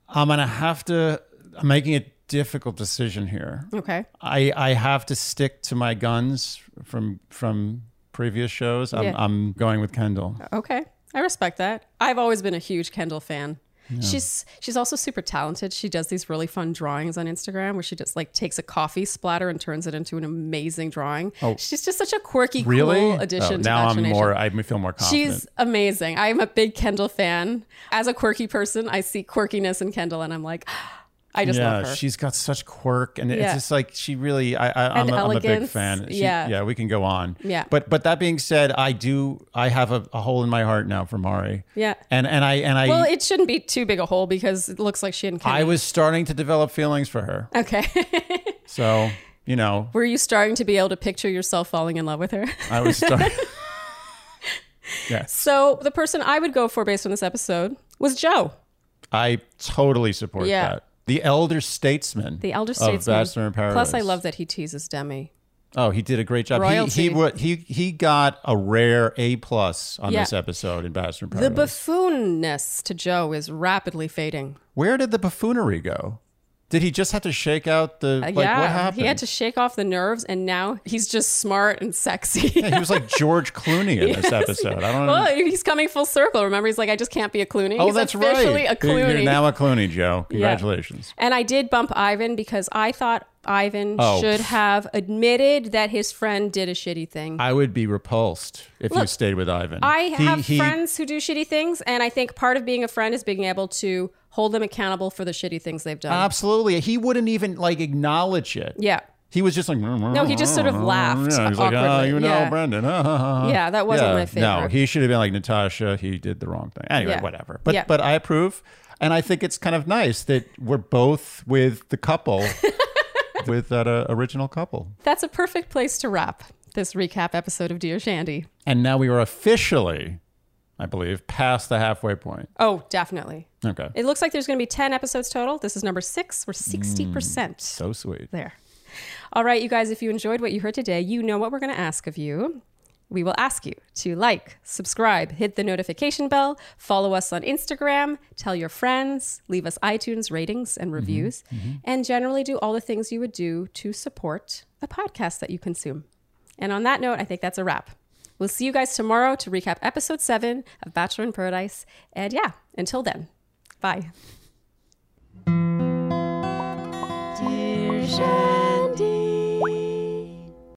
A: I'm gonna have to. I'm making a difficult decision here.
C: Okay.
A: I I have to stick to my guns from from previous shows. I'm
C: Yeah.
A: I'm going with Kendall.
C: Okay. I respect that. I've always been a huge Kendall fan. She's she's also super talented. She does these really fun drawings on Instagram where she just like takes a coffee splatter and turns it into an amazing drawing. Oh, she's just such a quirky,
A: Really?
C: cool
A: Oh,
C: addition to
A: now
C: Bachelor
A: I'm
C: Nation.
A: more. I feel more confident.
C: She's amazing. I'm a big Kendall fan. As a quirky person, I see quirkiness in Kendall and I'm like, I just
A: yeah,
C: love her.
A: she's got such quirk, and it's
C: Yeah.
A: just like she really. I, I I'm,
C: And
A: a, I'm a big
C: elegance.
A: fan. She-
C: Yeah.
A: yeah, we can go on.
C: Yeah.
A: but but that being said, I do. I have a, a hole in my heart now for Mari.
C: Yeah.
A: and and I and I
C: well, it shouldn't be too big a hole because it looks like she and
A: I
C: Kendall.
A: was starting to develop feelings for her.
C: okay.
A: So you know,
C: Were you starting to be able to picture yourself falling in love with her?
A: I was starting. yes,
C: So the person I would go for based on this episode was Joe.
A: I totally support
C: Yeah.
A: that. The elder statesman.
C: The elder
A: of
C: statesman.
A: Bachelor in Paradise.
C: Plus, I love that he teases Demi.
A: Oh, he did a great job. He
C: Royalty.
A: he wa- he he got a rare A plus on
C: Yeah.
A: this episode in Bachelor in
C: The
A: Paradise.
C: buffoonness to Joe is rapidly fading. Uh,
A: Where did the buffoonery go? Did he just have to shake out the like
C: Uh, yeah,
A: what happened?
C: he had to shake off the nerves, and now he's just smart and sexy.
A: Yeah, he was like George Clooney in this episode. I don't know.
C: well, he's coming full circle. Remember, he's like, I just can't be a Clooney.
A: oh,
C: he's
A: that's
C: officially
A: right.
C: a Clooney.
A: You're now a Clooney, Joe. Congratulations.
C: And I did bump Ivan because I thought Ivan
A: Oh.
C: should have admitted that his friend did a shitty thing.
A: I would be repulsed if you
C: Look,
A: stayed with Ivan.
C: I
A: He-
C: have
A: he-
C: friends who do shitty things, and I think part of being a friend is being able to hold them accountable for the shitty things they've done.
A: Uh, Absolutely. He wouldn't even like acknowledge it.
C: yeah.
A: He was just like "Mm, no.
C: he just sort of laughed
A: Yeah, he's like, oh,
C: awkwardly.
A: you know,
C: Yeah.
A: Brendan. ah, ah, ah."
C: Yeah, that wasn't my
A: No,
C: favorite.
A: he should have been like Natasha. He did the wrong thing. Anyway,
C: Yeah.
A: whatever. But
C: Yeah.
A: but I approve, and I think it's kind of nice that we're both with the couple, with that uh, original couple,
C: That's a perfect place to wrap this recap episode of Dear Shandy.
A: and now we are officially, I believe, past the halfway point.
C: Oh, definitely.
A: Okay,
C: It looks like there's going to be 10 episodes total. This is number six. We're 60%
A: so sweet.
C: there. All right, you guys, if you enjoyed what you heard today, you know what we're going to ask of you. We will ask you to like, subscribe, hit the notification bell, follow us on Instagram, tell your friends, leave us iTunes ratings and reviews, and generally do all the things you would do to support the podcast that you consume. And on that note, I think that's a wrap. We'll see you guys tomorrow to recap episode seven of Bachelor in Paradise. And yeah, until then, bye.
B: Dear Shandy.